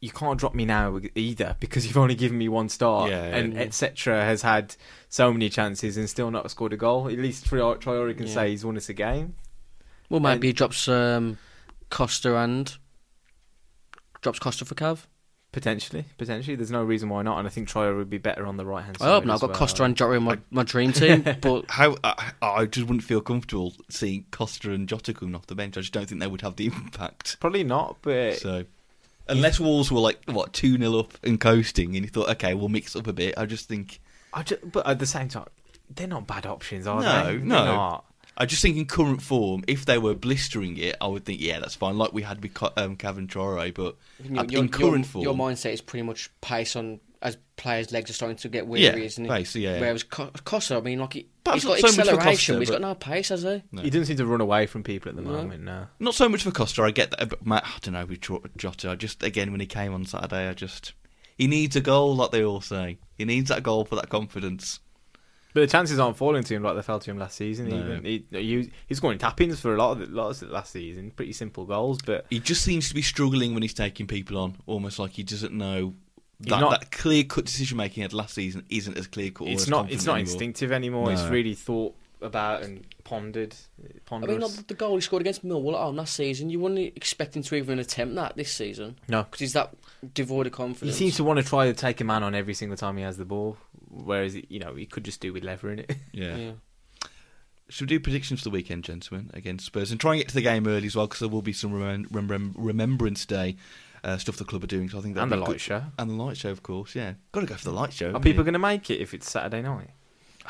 you can't drop me now e-, either because you've only given me one start,
Yeah, yeah.
and
Mm.
etc. has had so many chances and still not scored a goal. At least Traore, Traore can say he's won us a game.
Well, maybe
And-
he drops um, Costa and drops Costa for Cav.
Potentially, potentially, there's no reason why not, and I think Traore would be better on the right hand side.
I hope not.
as
I've got
well.
Costa and Jota in my, my dream team, but
How I, I just wouldn't feel comfortable seeing Costa and Jota coming off the bench. I just don't think they would have the impact.
Probably not, but
So, unless Wolves were like what two 0 up and coasting, and you thought, okay, we'll mix up a bit. I just think
I ju- but at the same time, they're not bad options, are
No,
Oh, they? They're
no.
not.
I just think in current form, if they were blistering it, I would think, yeah, that's fine. Like we had with Co- um, Cavan Traore, but at- in current form,
your mindset is pretty much pace on as players' legs are starting to get weary,
Yeah,
isn't it?
pace, yeah, yeah.
Whereas Co- Costa, I mean, like he,
Perhaps
he's
not
got
so much for
acceleration,
Costa,
but he's got
but-
no pace, has he?
He doesn't seem to run away from people at the moment. No,
not so much for Costa. I get that, but Matt, I don't know with Jo- Jota. I just again when he came on Saturday, I just he needs a goal, like they all say. He needs that goal for that confidence.
but the chances aren't falling to him like they fell to him last season. Even he, he, he's scoring tap-ins for a lot of the, lots of the last season, pretty simple goals. But
He just seems to be struggling when he's taking people on, almost like he doesn't know.
He's
That,
not-
that clear cut decision making he had last season isn't as clear cut.
it's not it's not instinctive anymore. It's
No.
really thought about and pondered.
I
Ponderous.
mean, like, the goal he scored against Millwall at home last season, you wouldn't expect him to even attempt that this season.
No.
Because he's that devoid of
he
confidence.
seems to want to try to take a man on every single time he has the ball, whereas you know he could just do with levering it.
Yeah.
Yeah.
Should we do predictions for the weekend, gentlemen, against Spurs? And try and get to the game early as well, because there will be some remem- remem- Remembrance Day uh, stuff the club are doing. So I think that'd
And the
be
light
good-
show.
And the light show, of course, yeah. Got to go for the light show.
Are
haven't
people
you?
going to make it if it's Saturday night?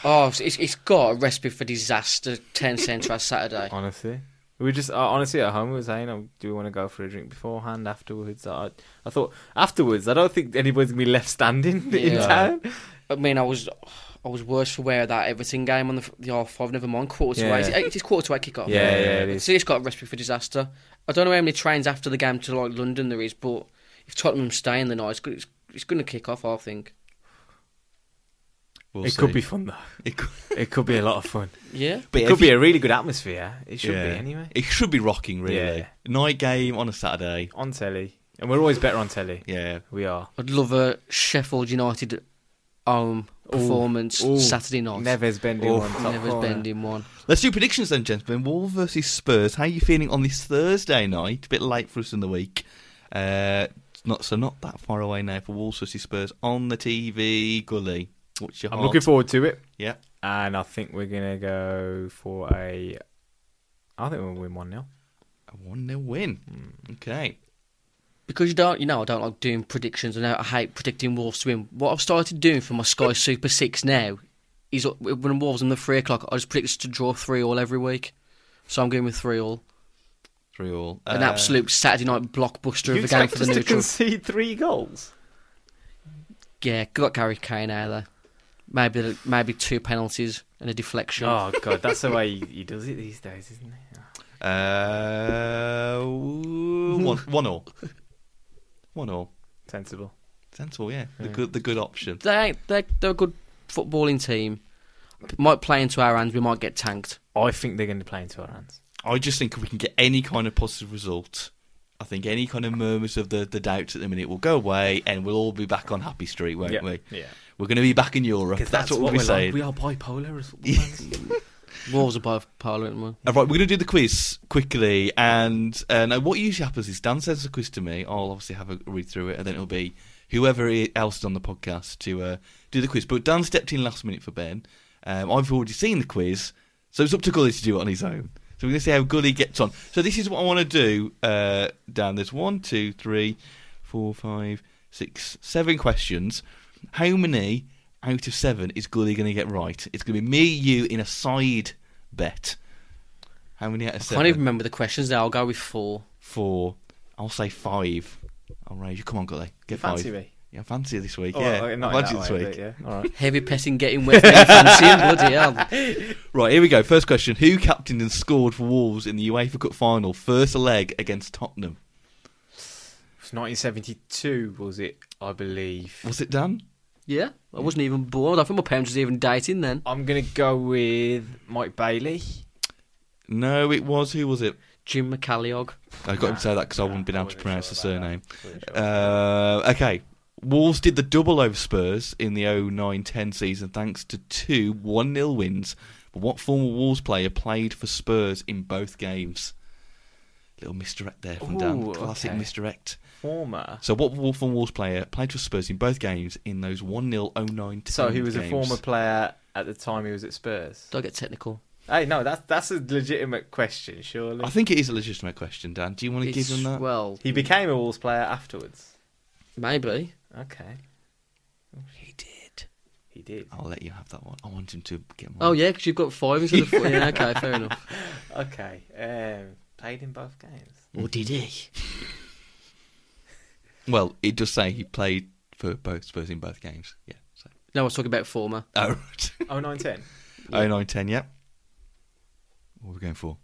Oh, it's, it's- it's got a recipe for disaster 10 cents last Saturday.
Honestly, we were just uh, honestly at home. We were saying, oh, "Do we want to go for a drink beforehand, afterwards?" I, I thought afterwards. I don't think anybody's gonna be left standing in
Yeah.
town.
I mean, I was I was worse for wear of that Everton game on the, f- the half five, never mind. Quarter to
Yeah.
eight. Is it- It is quarter to eight kick off.
Yeah, yeah, it is.
So it's got a recipe for disaster. I don't know how many trains after the game to like London there is, but if Tottenham stay in the night, it's, go- it's, it's going to kick off, I think.
We'll
it
see.
could be fun though.
It could,
It could be a lot of fun.
Yeah.
but
it
if
could be
you-
a really good atmosphere. It should
yeah.
be anyway
It should be rocking, really.
Yeah.
Night game on a Saturday.
on telly, and we're always better on telly.
Yeah.
We are.
I'd love a Sheffield United home performance
Ooh.
Saturday night.
Neves bending
Oof.
one. Top
Never's
corner.
bending one.
Let's do predictions then, gentlemen. Wolves versus Spurs. How are you feeling on this Thursday night? A bit late for us in the week. Uh, it's not so not that far away now for Wolves versus Spurs on the TV. Gully, what's your?
I'm
heart?
looking forward to it,
Yeah,
and I think we're gonna go for a. I think we'll win one 0
a one 0 win.
Hmm.
Okay.
Because you don't, you know, I don't like doing predictions, and I hate predicting Wolves to win. What I've started doing for my Sky Super Six now is uh, when Wolves on the three o'clock, I just predict us to draw three all every week. So I'm going with three all,
Three all.
an
Uh,
absolute Saturday night blockbuster
You
of a game
expect
for the
us to
neutral.
concede three goals?
yeah, got Gary Kane out there. Maybe maybe two penalties and a deflection.
Oh god, that's the way he, he does it these days, isn't it? Oh,
Uh, one one all. One all.
Sensible.
Sensible, yeah. The good, the good option.
They ain't, they're, they're a good footballing team. Might play into our hands. We might get tanked.
I think they're going to play into our hands.
I just think if we can get any kind of positive result, I think any kind of murmurs of the, the doubts at the minute will go away and we'll all be back on Happy Street, won't
Yeah,
we?
yeah.
We're going to be back in Europe. That's, what, we'll be saying.
We are bipolar as football fans.
Wolves are both Parliament. aren't
All right, we're going to do the quiz quickly. And uh, now what usually happens is Dan sends the quiz to me. I'll obviously have a read through it, and then it'll be whoever i- else is on the podcast to uh, do the quiz. But Dan stepped in last minute for Ben. Um, I've already seen the quiz, so it's up to Gully to do it on his own. So we're going to see how Gully gets on. So this is what I want to do, uh, Dan. There's one, two, three, four, five, six, seven questions. How many out of seven is Gully going to get right? It's going to be me, you in a side bet. How many out of
we?
seven?
Can't even remember the questions. There, I'll go with four.
Four. I'll say five. I'll raise you. Come on, Gully. Get
Fancy
five.
me.
Yeah, fancy this week.
All
yeah,
right, Oh, not in
fancy
that
this
way,
week.
but yeah. All right.
Heavy petting, getting wet, getting fancy, and bloody hell.
Right, here we go. First question: Who captained and scored for Wolves in the UEFA Cup final first leg against Tottenham?
It's 1972, was it? I believe.
Was it Dan?
Yeah, I wasn't even born. I think my parents was even dating then.
I'm gonna go with Mike Bailey.
No, it was. Who was it?
Jim McCalliog.
I got him to say that because I wouldn't been able to
wasn't
pronounce the
sure
surname.
about that.
Uh, okay. Wolves did the double over Spurs in the 09 10 season thanks to two 1 0 wins. But what former Wolves player played for Spurs in both games? Little misdirect there from Dan.
Ooh,
Classic
okay.
misdirect.
Former.
So, what Wolf- former Wolves player played for Spurs in both games in those 1 0 09 10
So he was a
games?
former player at the time he was at Spurs.
Don't get technical.
Hey, no, that's that's a legitimate question, surely.
I think it is a legitimate question, Dan. Do you want to give
It's-
him that?
Well,
he became a Wolves player afterwards.
maybe.
Okay,
He did.
he did.
I'll let you have that one. I want him to get more.
Oh, yeah, because you've got five instead of four. Yeah, okay, fair enough.
Okay, um, played in both games.
Or did he?
Well, it does say he played for both Spurs in both games. Yeah. So.
No, I was talking about former.
Oh, right.
Oh, 910.
Oh nine ten. Yep. What are we going for?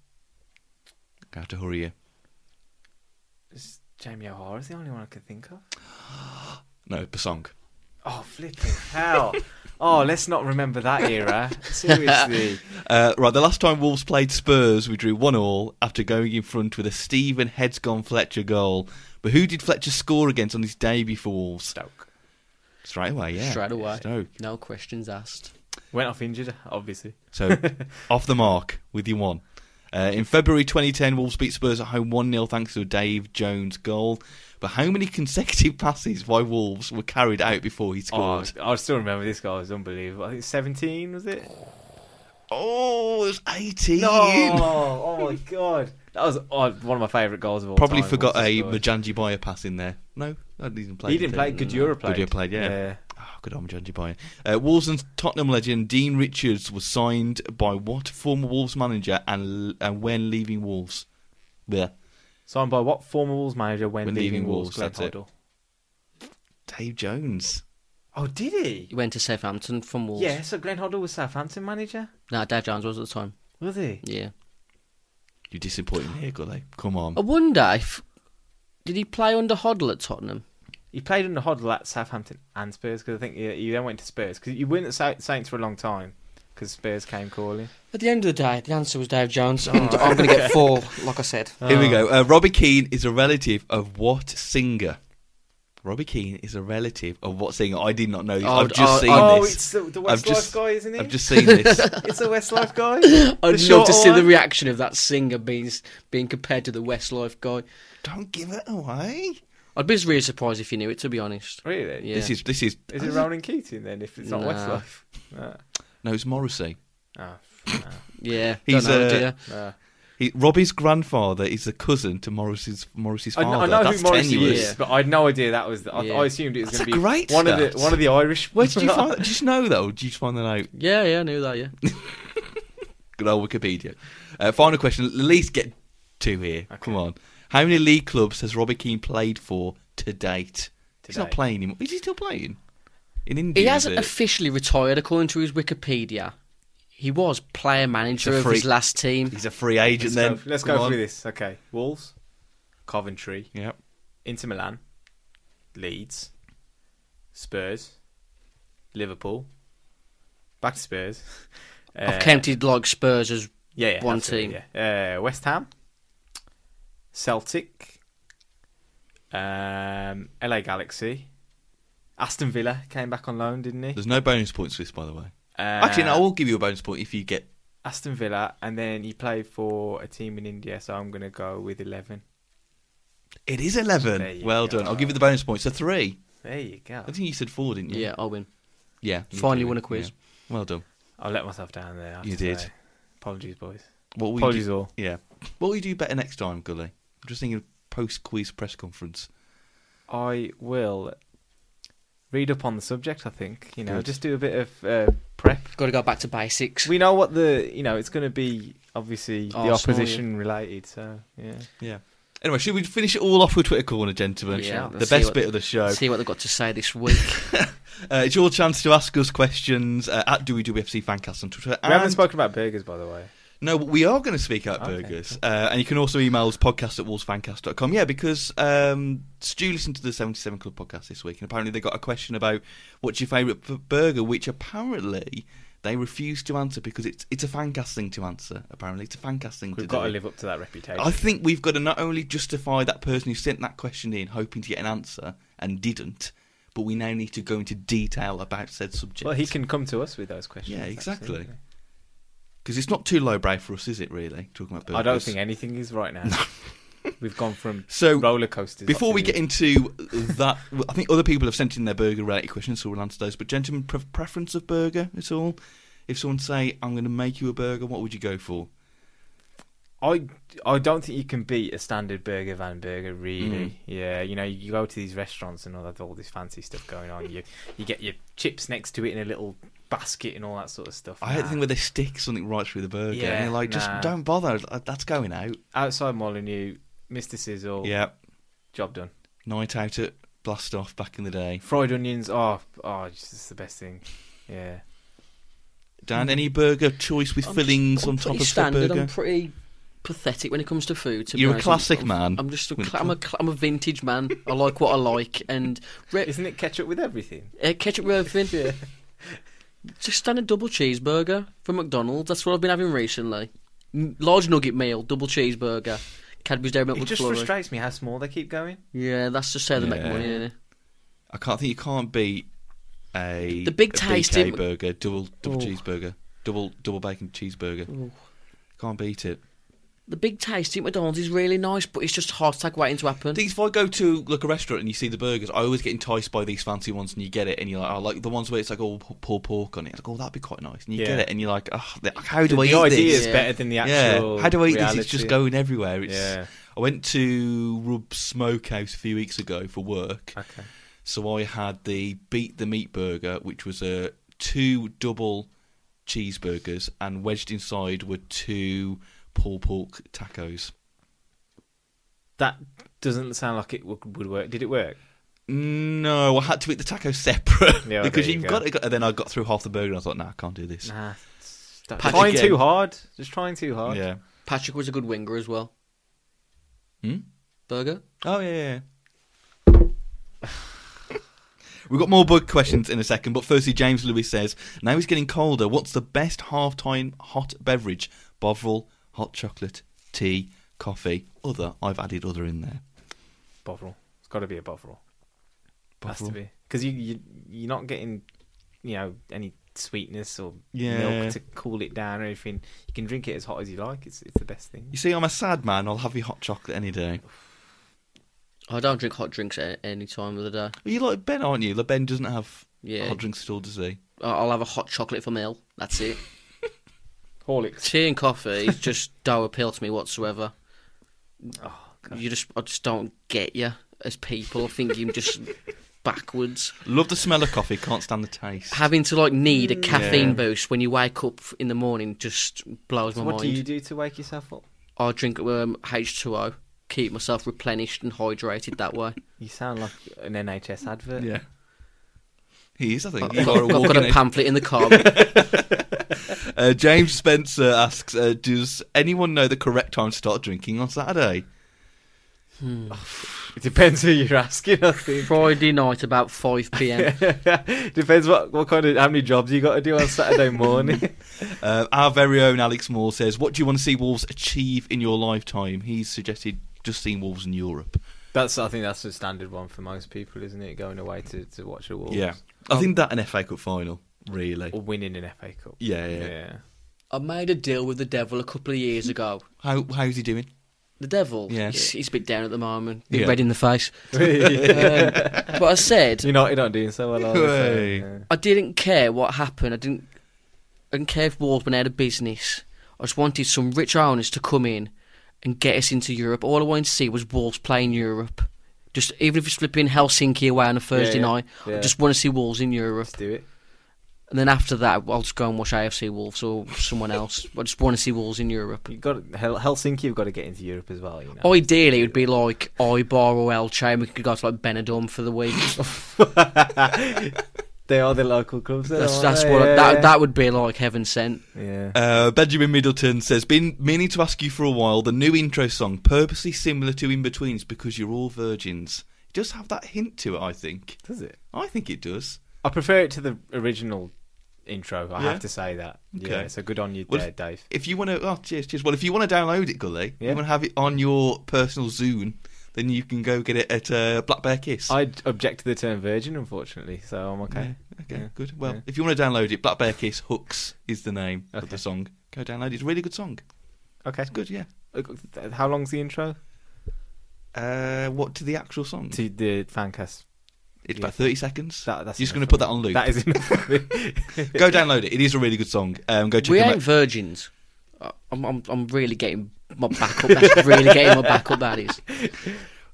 I have to hurry you.
It's Jamie O'Hara is the only one I could think of.
No, Pasong.
Oh, flipping hell. oh, let's not remember that era. Seriously.
Uh, right, the last time Wolves played Spurs, we drew one all after going in front with a Stephen Heads gone Fletcher goal. But who did Fletcher score against on his debut for Wolves? Stoke. Straight away, yeah.
Straight away.
Stoke.
No questions asked.
Went off injured, obviously.
So off the mark with your one. Uh, in February 2010, Wolves beat Spurs at home 1 0 thanks to a Dave Jones goal. But how many consecutive passes by Wolves were carried out before he
Oh,
scored?
I still remember this guy was unbelievable. I think 17, was it?
Oh, it was 18.
No! oh, my God. That was oh, one of my favourite goals of all
Probably
time,
forgot
Wolves
a
scored.
Majanji Boyer pass in there. No, I didn't play.
He didn't play. Good Europe played.
Good Europe played, yeah.
yeah.
Oh, good on Majanji Boyer. Uh, Wolves and Tottenham legend Dean Richards was signed by what former Wolves manager and, and when leaving Wolves? Yeah.
Signed by what former Wolves manager when,
When
leaving,
leaving
Wolves?
Wolves,
Glenn
that's it.
Hoddle?
Dave Jones.
Oh, did he?
He went to Southampton from Wolves.
Yeah, so Glenn Hoddle was Southampton manager?
No, Dave Jones was at the time.
Was he?
Yeah.
You disappointing me here, Gully. Come on.
I wonder if. Did he play under Hoddle at Tottenham?
He played under Hoddle at Southampton and Spurs because I think he, he then went to Spurs because you weren't at Sa- Saints for a long time because Spurs came calling.
At the end of the day, the answer was Dave Jones, and
Oh.
I'm going to get four, like I said.
Oh.
Here we go. Uh, Robbie Keane is a relative of what singer? Robbie Keane is a relative of what singer? I did not know this.
Oh,
I've just
oh,
seen
oh,
this.
it's the- the
I've
Westlife guy, isn't he?
I've just seen this.
It's a Westlife guy.
I'd love to see the reaction of that singer being being compared to the Westlife guy.
Don't give it away.
I'd be really surprised if you knew it, to be honest.
Really?
Yeah.
This is this is.
Is it Ronan Keating then? If it's not
Nah.
Westlife, no.
No, it's Morrissey.
Ah,
Yeah,
He's,
don't know,
uh,
do you?
nah.
He, Robbie's grandfather is the cousin to Morrissey's Morrissey's
I,
father.
I know
That's
who Morrissey
tenuous.
is, but I had no idea that was. The, I,
Yeah.
I assumed it was
That's
going
a
to be
great
one of
stat.
the one of the Irish.
Where did you find that? Did you know that, or did you just find that out?
Yeah, yeah, I knew that, yeah.
Good old Wikipedia. Uh, final question. At least get two here. Come on. How many league clubs has Robbie Keane played for to date? He's not
date.
playing anymore. Is he still playing? In India,
He
is
hasn't
it?
officially retired, according to his Wikipedia. He was player manager
He's a
of his
freak.
last team.
He's a free agent
Let's
then.
go, let's
Come
go
on.
through this. Okay, Wolves, Coventry,
Yep.
Inter Milan, Leeds, Spurs, Liverpool, back to Spurs.
I've
Uh,
counted like Spurs as
yeah, yeah,
one
absolutely,
team.
Yeah. Uh, West Ham, Celtic, um, LA Galaxy, Aston Villa came back on loan, didn't he?
There's no bonus points for this, by the way.
Uh,
Actually, no, I will give you a bonus point if you get.
Aston Villa, and then he played for a team in India, so I'm going to go with 11.
It is
There
11.
you
Well
go.
done. I'll give you the bonus points. So three.
There you go.
I think you said four, didn't you?
yeah, I'll win.
Yeah. you
Finally
did.
won a quiz.
Yeah. Well done.
I let myself down there. I have
You
to
did.
say. Apologies, boys.
What will
Apologies
you do?
all.
Yeah. What will you do better next time, Gully? I'm just thinking post quiz press conference.
I will read up on the subject. I think you know,
Good.
just do a bit of uh, prep.
Got to go back to basics.
We know what the you know it's going to be obviously the
Arsenal,
opposition related. So yeah,
Yeah. Anyway, should we finish it all off with Twitter Corner, gentlemen?
Yeah,
the
let's see
best
what-
bit of the show.
See what they've got to say this week.
Uh, it's your chance to ask us questions uh, at Do We Do FC Fancast on Twitter.
We haven't
and-
spoken about burgers, by the way.
No, but we are going to speak out burgers. Uh, and you can also email us podcast at wolvesfancast.com. Yeah, because um, Stu listened to the 77 Club podcast this week, and apparently they got a question about what's your favourite b- burger, which apparently they refused to answer because it's it's a fancast thing to answer, apparently. It's a fancast thing to
We've got to
do.
live up to that reputation.
I think we've got to not only justify that person who sent that question in, hoping to get an answer, and didn't, but we now need to go into detail about said subject.
well, he can come to us with those questions.
Yeah, exactly.
absolutely.
Because it's not too lowbrow for us, is it? Really, talking about burgers.
I don't think anything is right now. We've gone from
So,
roller coasters.
Before
to-
we get into that, I think other people have sent in their burger-related questions, so we'll answer those. But gentlemen, pre- preference of burger at all? If someone say, "I'm going to make you a burger," what would you go for?
I I don't think you can beat a standard burger van burger
Mm.
really. Yeah, you know, you go to these restaurants and all that, all this fancy stuff going on. You you get your chips next to it in a little basket and all that sort of stuff.
I hate the
Nah.
thing where they stick something right through the burger,
Yeah,
and you're like, "Just
nah.
don't bother. That's going out."
outside Molyneux, Mr. Sizzle,
Yeah,
job done.
night out at Blast Off back in the day.
Fried onions, oh, oh, it's just the best thing. Yeah,
Dan, any burger choice with
Mm. I'm-
fillings
I'm
on top
pretty
of the
Um, standard.
burger?
I'm pretty pathetic when it comes to food. To be
You're a
honest.
classic
I'm,
man.
I'm, I'm just a,
When it
cla- I'm a, cla- I'm a vintage man. I like what I like, and re-
isn't it ketchup with everything?
uh, ketchup with everything.
Yeah.
Just standard double cheeseburger from McDonald's. That's what I've been having recently. N- Large nugget meal, double cheeseburger, Cadbury's Dairy Milk
It just
McFlurry.
frustrates me how small they keep going.
yeah, that's just how they make
Yeah.
money. Isn't it?
I can't think you can't beat a
The big
a
taste
BK
in-
burger, double double
Oh.
cheeseburger, double double bacon cheeseburger. Can't beat it.
The big tasty at McDonald's is really nice, but it's just hard to take waiting to happen.
These, if I go to like a restaurant and you see the burgers, I always get enticed by these fancy ones, and you get it, and you're like, I like the ones where it's like all p- pulled pork on it. It's like, oh, that'd be quite nice, and you
Yeah.
get it, and you're like, oh, the- how do
the
I eat
idea
this?
is
Yeah.
better than the actual.
yeah, how do I eat
reality.
this? It's just going everywhere. It's,
Yeah.
I went to Rub Smokehouse a few weeks ago for work,
Okay.
So I had the beat the meat burger, which was uh, two double cheeseburgers, and wedged inside were two pulled pork tacos.
That doesn't sound like it would, would work. Did it work?
No, I had to eat the taco separate
Yeah, well,
because
there you
you've
go.
got, to go. And then I got through half the burger, and I thought, nah, I can't do this.
Nah. That,
Patrick
trying
again.
too hard. Just trying too hard.
Yeah.
Patrick was a good winger as well.
Hmm?
Burger.
Oh yeah. yeah. We've got more bug questions in a second, but firstly, James Lewis says, "Now it's getting colder. What's the best half-time hot beverage? Bovril, hot chocolate, tea, coffee, other. I've added other in there.
Bovril. It's got to be a Bovril. Has to
Bovril.
be because you, you you're not getting you know any sweetness or
Yeah.
milk to cool it down or anything. You can drink it as hot as you like. It's it's the best thing.
You see, I'm a sad man. I'll have your hot chocolate any day.
I don't drink hot drinks at any time of the day.
Well, you like Ben, aren't you? Like Ben doesn't have
Yeah.
hot drinks at all, does he?
I- I'll have a hot chocolate for meal. That's it.
Horlicks.
Tea and coffee is just don't appeal to me whatsoever.
Oh,
you just, I just don't get you as people. I think you're just backwards.
Love the smell of coffee. Can't stand the taste.
Having to like need a caffeine
Yeah.
boost when you wake up in the morning just blows
So
my
what do
mind.
you do to wake yourself up?
I drink um, H2O, keep myself replenished and hydrated that way.
You sound like an NHS advert.
yeah. He is, I think.
Uh, I've
You are a
got, I've got
walking
a pamphlet in the car.
Uh, James Spencer asks, uh, "Does anyone know the correct time to start drinking on Saturday?"
It depends who you're asking. I think.
Friday night about 5 p.m.
depends what what kind of how many jobs you got to do on Saturday morning.
Uh, our very own Alex Moore says, "What do you want to see Wolves achieve in your lifetime?" He's suggested just seeing Wolves in Europe.
that's I think that's the standard one for most people, isn't it? Going away to, to watch a Wolves.
I think that an FA Cup final, really.
Or winning an FA Cup.
Yeah, yeah.
yeah.
I made a deal with the devil a couple of years ago.
How how's he doing?
The devil,
Yeah.
he's, he's a bit down at the moment, a bit
Yeah.
red in the face. Um, but I said
You're not, you're not doing so well. Are
Hey.
you? So, yeah.
I didn't care what happened. I didn't, I didn't care if Wolves went out of business. I just wanted some rich owners to come in and get us into Europe. All I wanted to see was Wolves playing Europe. Just even if it's flipping Helsinki away on a Thursday
yeah.
night, I
Yeah.
just want to see Wolves in Europe.
Let's do it.
And then after that, I'll just go and watch AFC Wolves or someone else. I just want to see Wolves in Europe.
You got Hel- Helsinki. You've got to get into Europe as well. You know.
Ideally, it would be like Ibar or Elche, and we could go to like Benidorm for the week.
Oh.
they are the local clubs. they
That's,
are,
that's
yeah,
what I-
yeah,
that that would be like heaven sent.
yeah.
Uh, Benjamin Middleton says, "Been meaning to ask you for a while. The new intro song, purposely similar to In Betweens, because you're all virgins. It does have that hint to it, I think.
Does it?
I think it does.
I prefer it to the original intro. I
Yeah?
have to say that.
Okay.
Yeah. So good on you
Well,
there,
if-
Dave.
If you want to, oh cheers, cheers. Well, if you want to download it, Gully,
Yeah.
you want to have it on your personal Zune, then you can go get it at uh, Black Bear Kiss.
I object to the term virgin, unfortunately. So I'm okay.
Okay,
Yeah.
good. Well,
Yeah.
if you want to download it, Black Bear Kiss Hooks is the name of
Okay.
the song. Go download it. It's a really good song.
Okay.
It's good, yeah.
Uh, How long's the intro
Uh, what to the actual song?
to the fancast?
it's
yeah.
about thirty seconds.
That, that's
You're just going to
enough
put
for
that on
me.
loop.
That is enough. for me.
go download it. It is a really good song. Um, go check
we
them
ain't
out.
virgins. I- I'm, I'm I'm really getting my back up. That's really getting my back up. That is.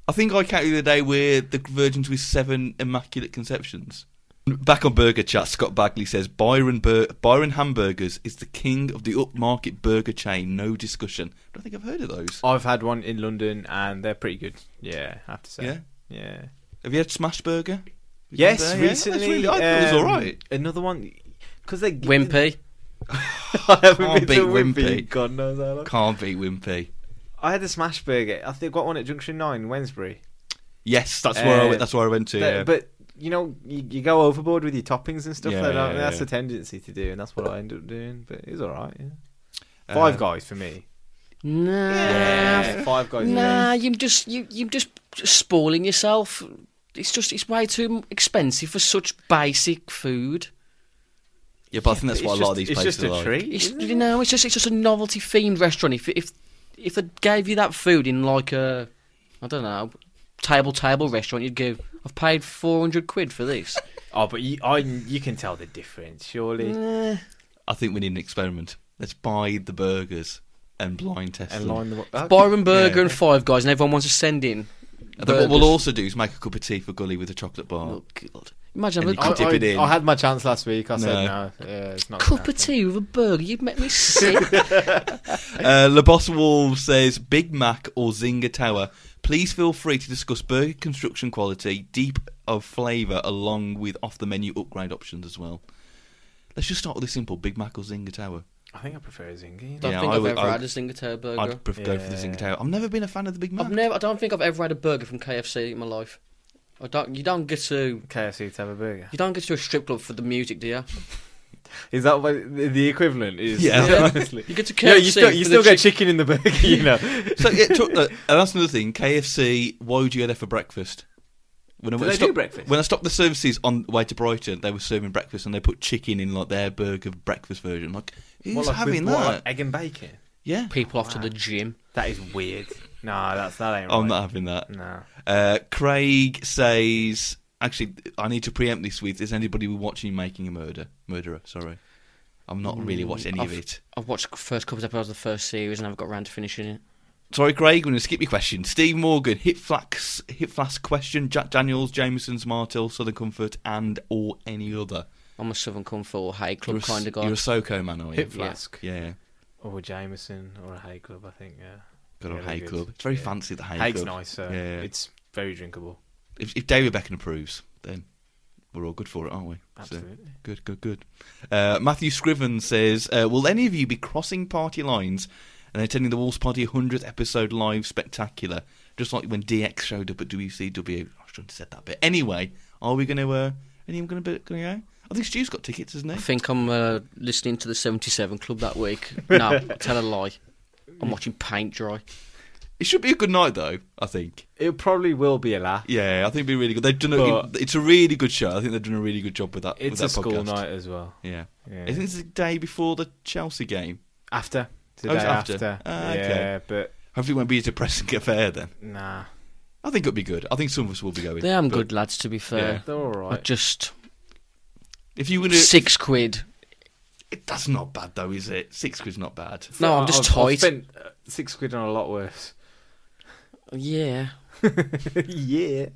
I think I counted the other day where the Virgins with seven immaculate conceptions. Back on burger chat, Scott Bagley says Byron Bur- Byron Hamburgers is the king of the upmarket burger chain. No discussion. I don't think I've heard of those.
I've had one in London, and they're pretty good. Yeah, I have to say.
Yeah?
Yeah.
Have you had Smash Burger?
Yes,
Yeah, that's
recently.
really- I thought it was
um,
all right.
Another one because they
Wimpy.
I haven't
Can't
been to
beat Wimpy.
Wimpy. God knows how long.
Can't be Wimpy.
I had a smash burger. I think I got one at Junction Nine, Wednesbury.
Yes, that's where I
Uh,
went. That's where I went to.
That-
yeah.
But you know, you, you go overboard with your toppings and stuff.
Yeah,
though, don't
yeah,
you? that's
yeah.
a tendency to do, and that's what I ended up doing. But it's all right. Yeah.
Uh,
Five Guys for me.
Nah,
Five Guys.
nah. You just you you just spoiling yourself. It's just it's way too expensive for such basic food.
Yeah, but I think that's
It's
what a
just-
lot of these
it's
places
just a
are like.
treat.
It's
isn't
you
it?
know it's just it's just a novelty themed restaurant. If if if they gave you that food in like a I don't know table table restaurant, you'd go. I've paid four hundred quid for this.
Oh, but you, I, you can tell the difference, surely.
I think we need an experiment. Let's buy the burgers and blind test
And
them.
line them up.
Byron Burger
yeah.
and Five Guys, and everyone wants to send in.
And then what we'll
burgers.
also do is make a cup of tea for Gully with a chocolate bar.
Oh God! Imagine
And you
having a
can dip it in.
I had my chance last week. I
No.
said no. Yeah, it's not.
cup
gonna
of tea with a burger. You'd make me sick.
Uh, LeBoss Wolf says Big Mac or Zinger Tower. Please feel free to discuss burger construction quality, deep of flavour, along with off the menu upgrade options as well. Let's just start with a simple Big Mac or Zinger Tower.
happen. I think I prefer a Zinger. you know.
I don't
Yeah,
think
I
I've
would-
ever
I would-
had a Singletary burger.
I'd prefer go for the
Yeah.
Zinger Tower. I've never been a fan of the Big Mac.
I've never. I don't think I've ever had a burger from KFC in my life. I don't. You don't get to.
KFC to have a burger.
You don't get to a strip club for the music, do you?
Is that what the the equivalent is?
Yeah.
Yeah.
honestly.
You get to KFC.
Yeah, you still,
for
you
the
still get
chick-
chicken in the burger, you know.
so yeah, to, uh, and that's another thing. KFC. Why would you go there for breakfast? When I,
Do
when I
they do
stopped,
breakfast?
When I stopped the services on the way to Brighton, they were serving breakfast and they put chicken in like their burger breakfast version. I'm like who's
What, like,
having that?
with- what, like egg and bacon.
yeah,
people off to the gym.
That is weird. No, that's that ain't right.
I'm not having that.
No.
Uh, Craig says, actually, I need to preempt this with: Is anybody watching Making a Murder? Murderer, sorry, I'm not really watched any of
I've-
it.
I've watched the first couple of episodes of the first series and I've got round to finishing it.
Sorry, Craig, I'm going to skip your question. Steve Morgan, Hip Flax, Hip Flask question: Jack Daniels, Jameson's, Martell, Southern Comfort, and or any other.
I'm a Southern Comfort or Hay
You're a,
Club kind of guy.
you're a Soco man, are you?
Hip Flask.
Yeah, yeah.
Or a Jameson or a Hay Club, I think, yeah.
Good old
Really
Hay
good.
Club. It's very
Yeah.
fancy the Hay
Hay's
Club.
nice, so
Yeah, yeah.
it's very drinkable.
If, if David Beckham approves, then we're all good for it, aren't we? So-
Absolutely.
Good, good, good. Uh, Matthew Scriven says, uh, "Will any of you be crossing party lines and attending the Wolves Party 100th episode live spectacular, just like when DX showed up at WCW?" I shouldn't have said that bit. Anyway, are we going to? Uh, anyone going to going to go? I think Stu's got tickets, isn't
I
he?
think I'm uh, listening to the 77 Club that week. No, tell a lie. I'm watching paint dry.
It should be a good night, though. I think.
It probably will be a laugh.
Yeah, I think it'd be really good. They've done. A,
But-
it's a really good show. I think they've done a really good job with that. with
It's
that
a school
podcast.
night as well.
Yeah.
Yeah.
I think it's the day before the Chelsea game.
After. Today
it's after.
Oh, after.
Ah, okay.
Yeah, but
Hopefully, it won't be a depressing affair then.
nah.
I think it'll be good. I think some of us will be going.
They am
but
good lads, to be fair.
They're
I
alright.
just
If you were to,
six quid.
It- that's not bad though, is it? Six quid's not bad.
No, I'm just
I've, I've
tight.
spent uh, six quid on a lot worse.
Yeah.
yeah.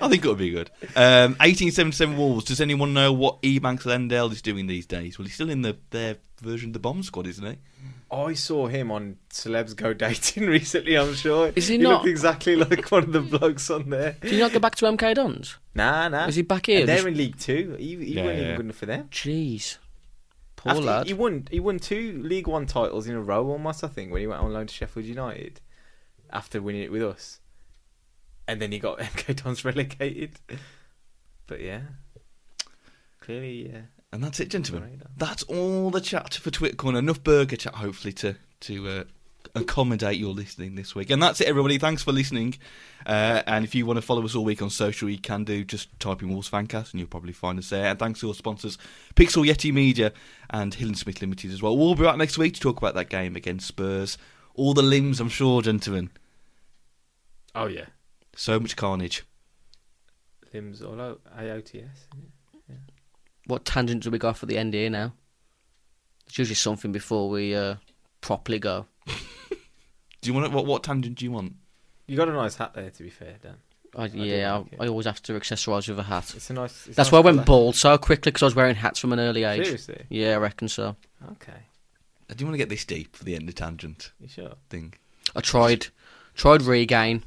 I think it would be good. Um, 1877 Wolves. Does anyone know what E. Banks Lendale is doing these days? Well, he's still in the their version of the Bomb Squad, isn't he?
I saw him on Celebs Go Dating recently, I'm sure.
Is he
looked
not?
exactly like one of the blokes on there.
Did you not go back to MK Dons?
Nah, nah.
Is he back here?
And they're in League Two. He, he
Yeah,
wasn't
yeah.
even good enough for them.
Jeez. Poor
After-
lad.
He won. He won two League One titles in a row, almost. I think when he went on loan to Sheffield United, after winning it with us, and then he got MK Dons relegated. But yeah, clearly, uh, yeah.
And that's it,
Right,
gentlemen.
then.
That's all the chat for Twitter Corner. Enough burger chat, hopefully, to to uh, accommodate your listening this week. And that's it, everybody. Thanks for listening. Uh, and if you want to follow us all week on social, you can do. Just type in Wolves Fancast, and you'll probably find us there. And thanks to our sponsors, Pixel Yeti Media and Hill and Smith Limited as well. We'll be back next week to talk about that game against Spurs. All the limbs, I'm sure, gentlemen.
Oh yeah,
So much carnage.
limbs all out. IOTS.
What tangent do we go off at the end here now? There's usually something before we uh, properly go.
Do you want to, what? What tangent do you want?
You got a nice hat there, to be fair, Dan.
I,
do
yeah,
like it.
I, I always have to accessorise with a hat.
It's a nice. It's
That's
nice
why I went
colour.
bald so quickly because I was wearing hats from an early age.
Seriously?
Yeah, I reckon so.
Okay,
Do you want to get this deep for the end of tangent
you sure?
thing?
I tried, tried regain,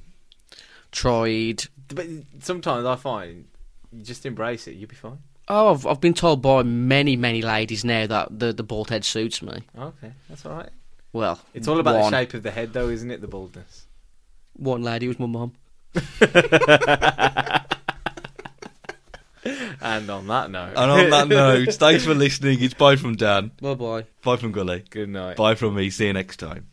tried.
But sometimes I find you just embrace it. You'll be fine.
Oh, I've, I've been told by many, many ladies now that the the bald head suits me.
Okay, that's all right.
Well,
It's all about
one,
the shape of the head, though, isn't it? The baldness.
One lady was my mum.
And on that note,
And on that note, thanks for listening. It's bye from Dan,
Bye bye.
bye from Gully,
good night.
bye from me. See you next time.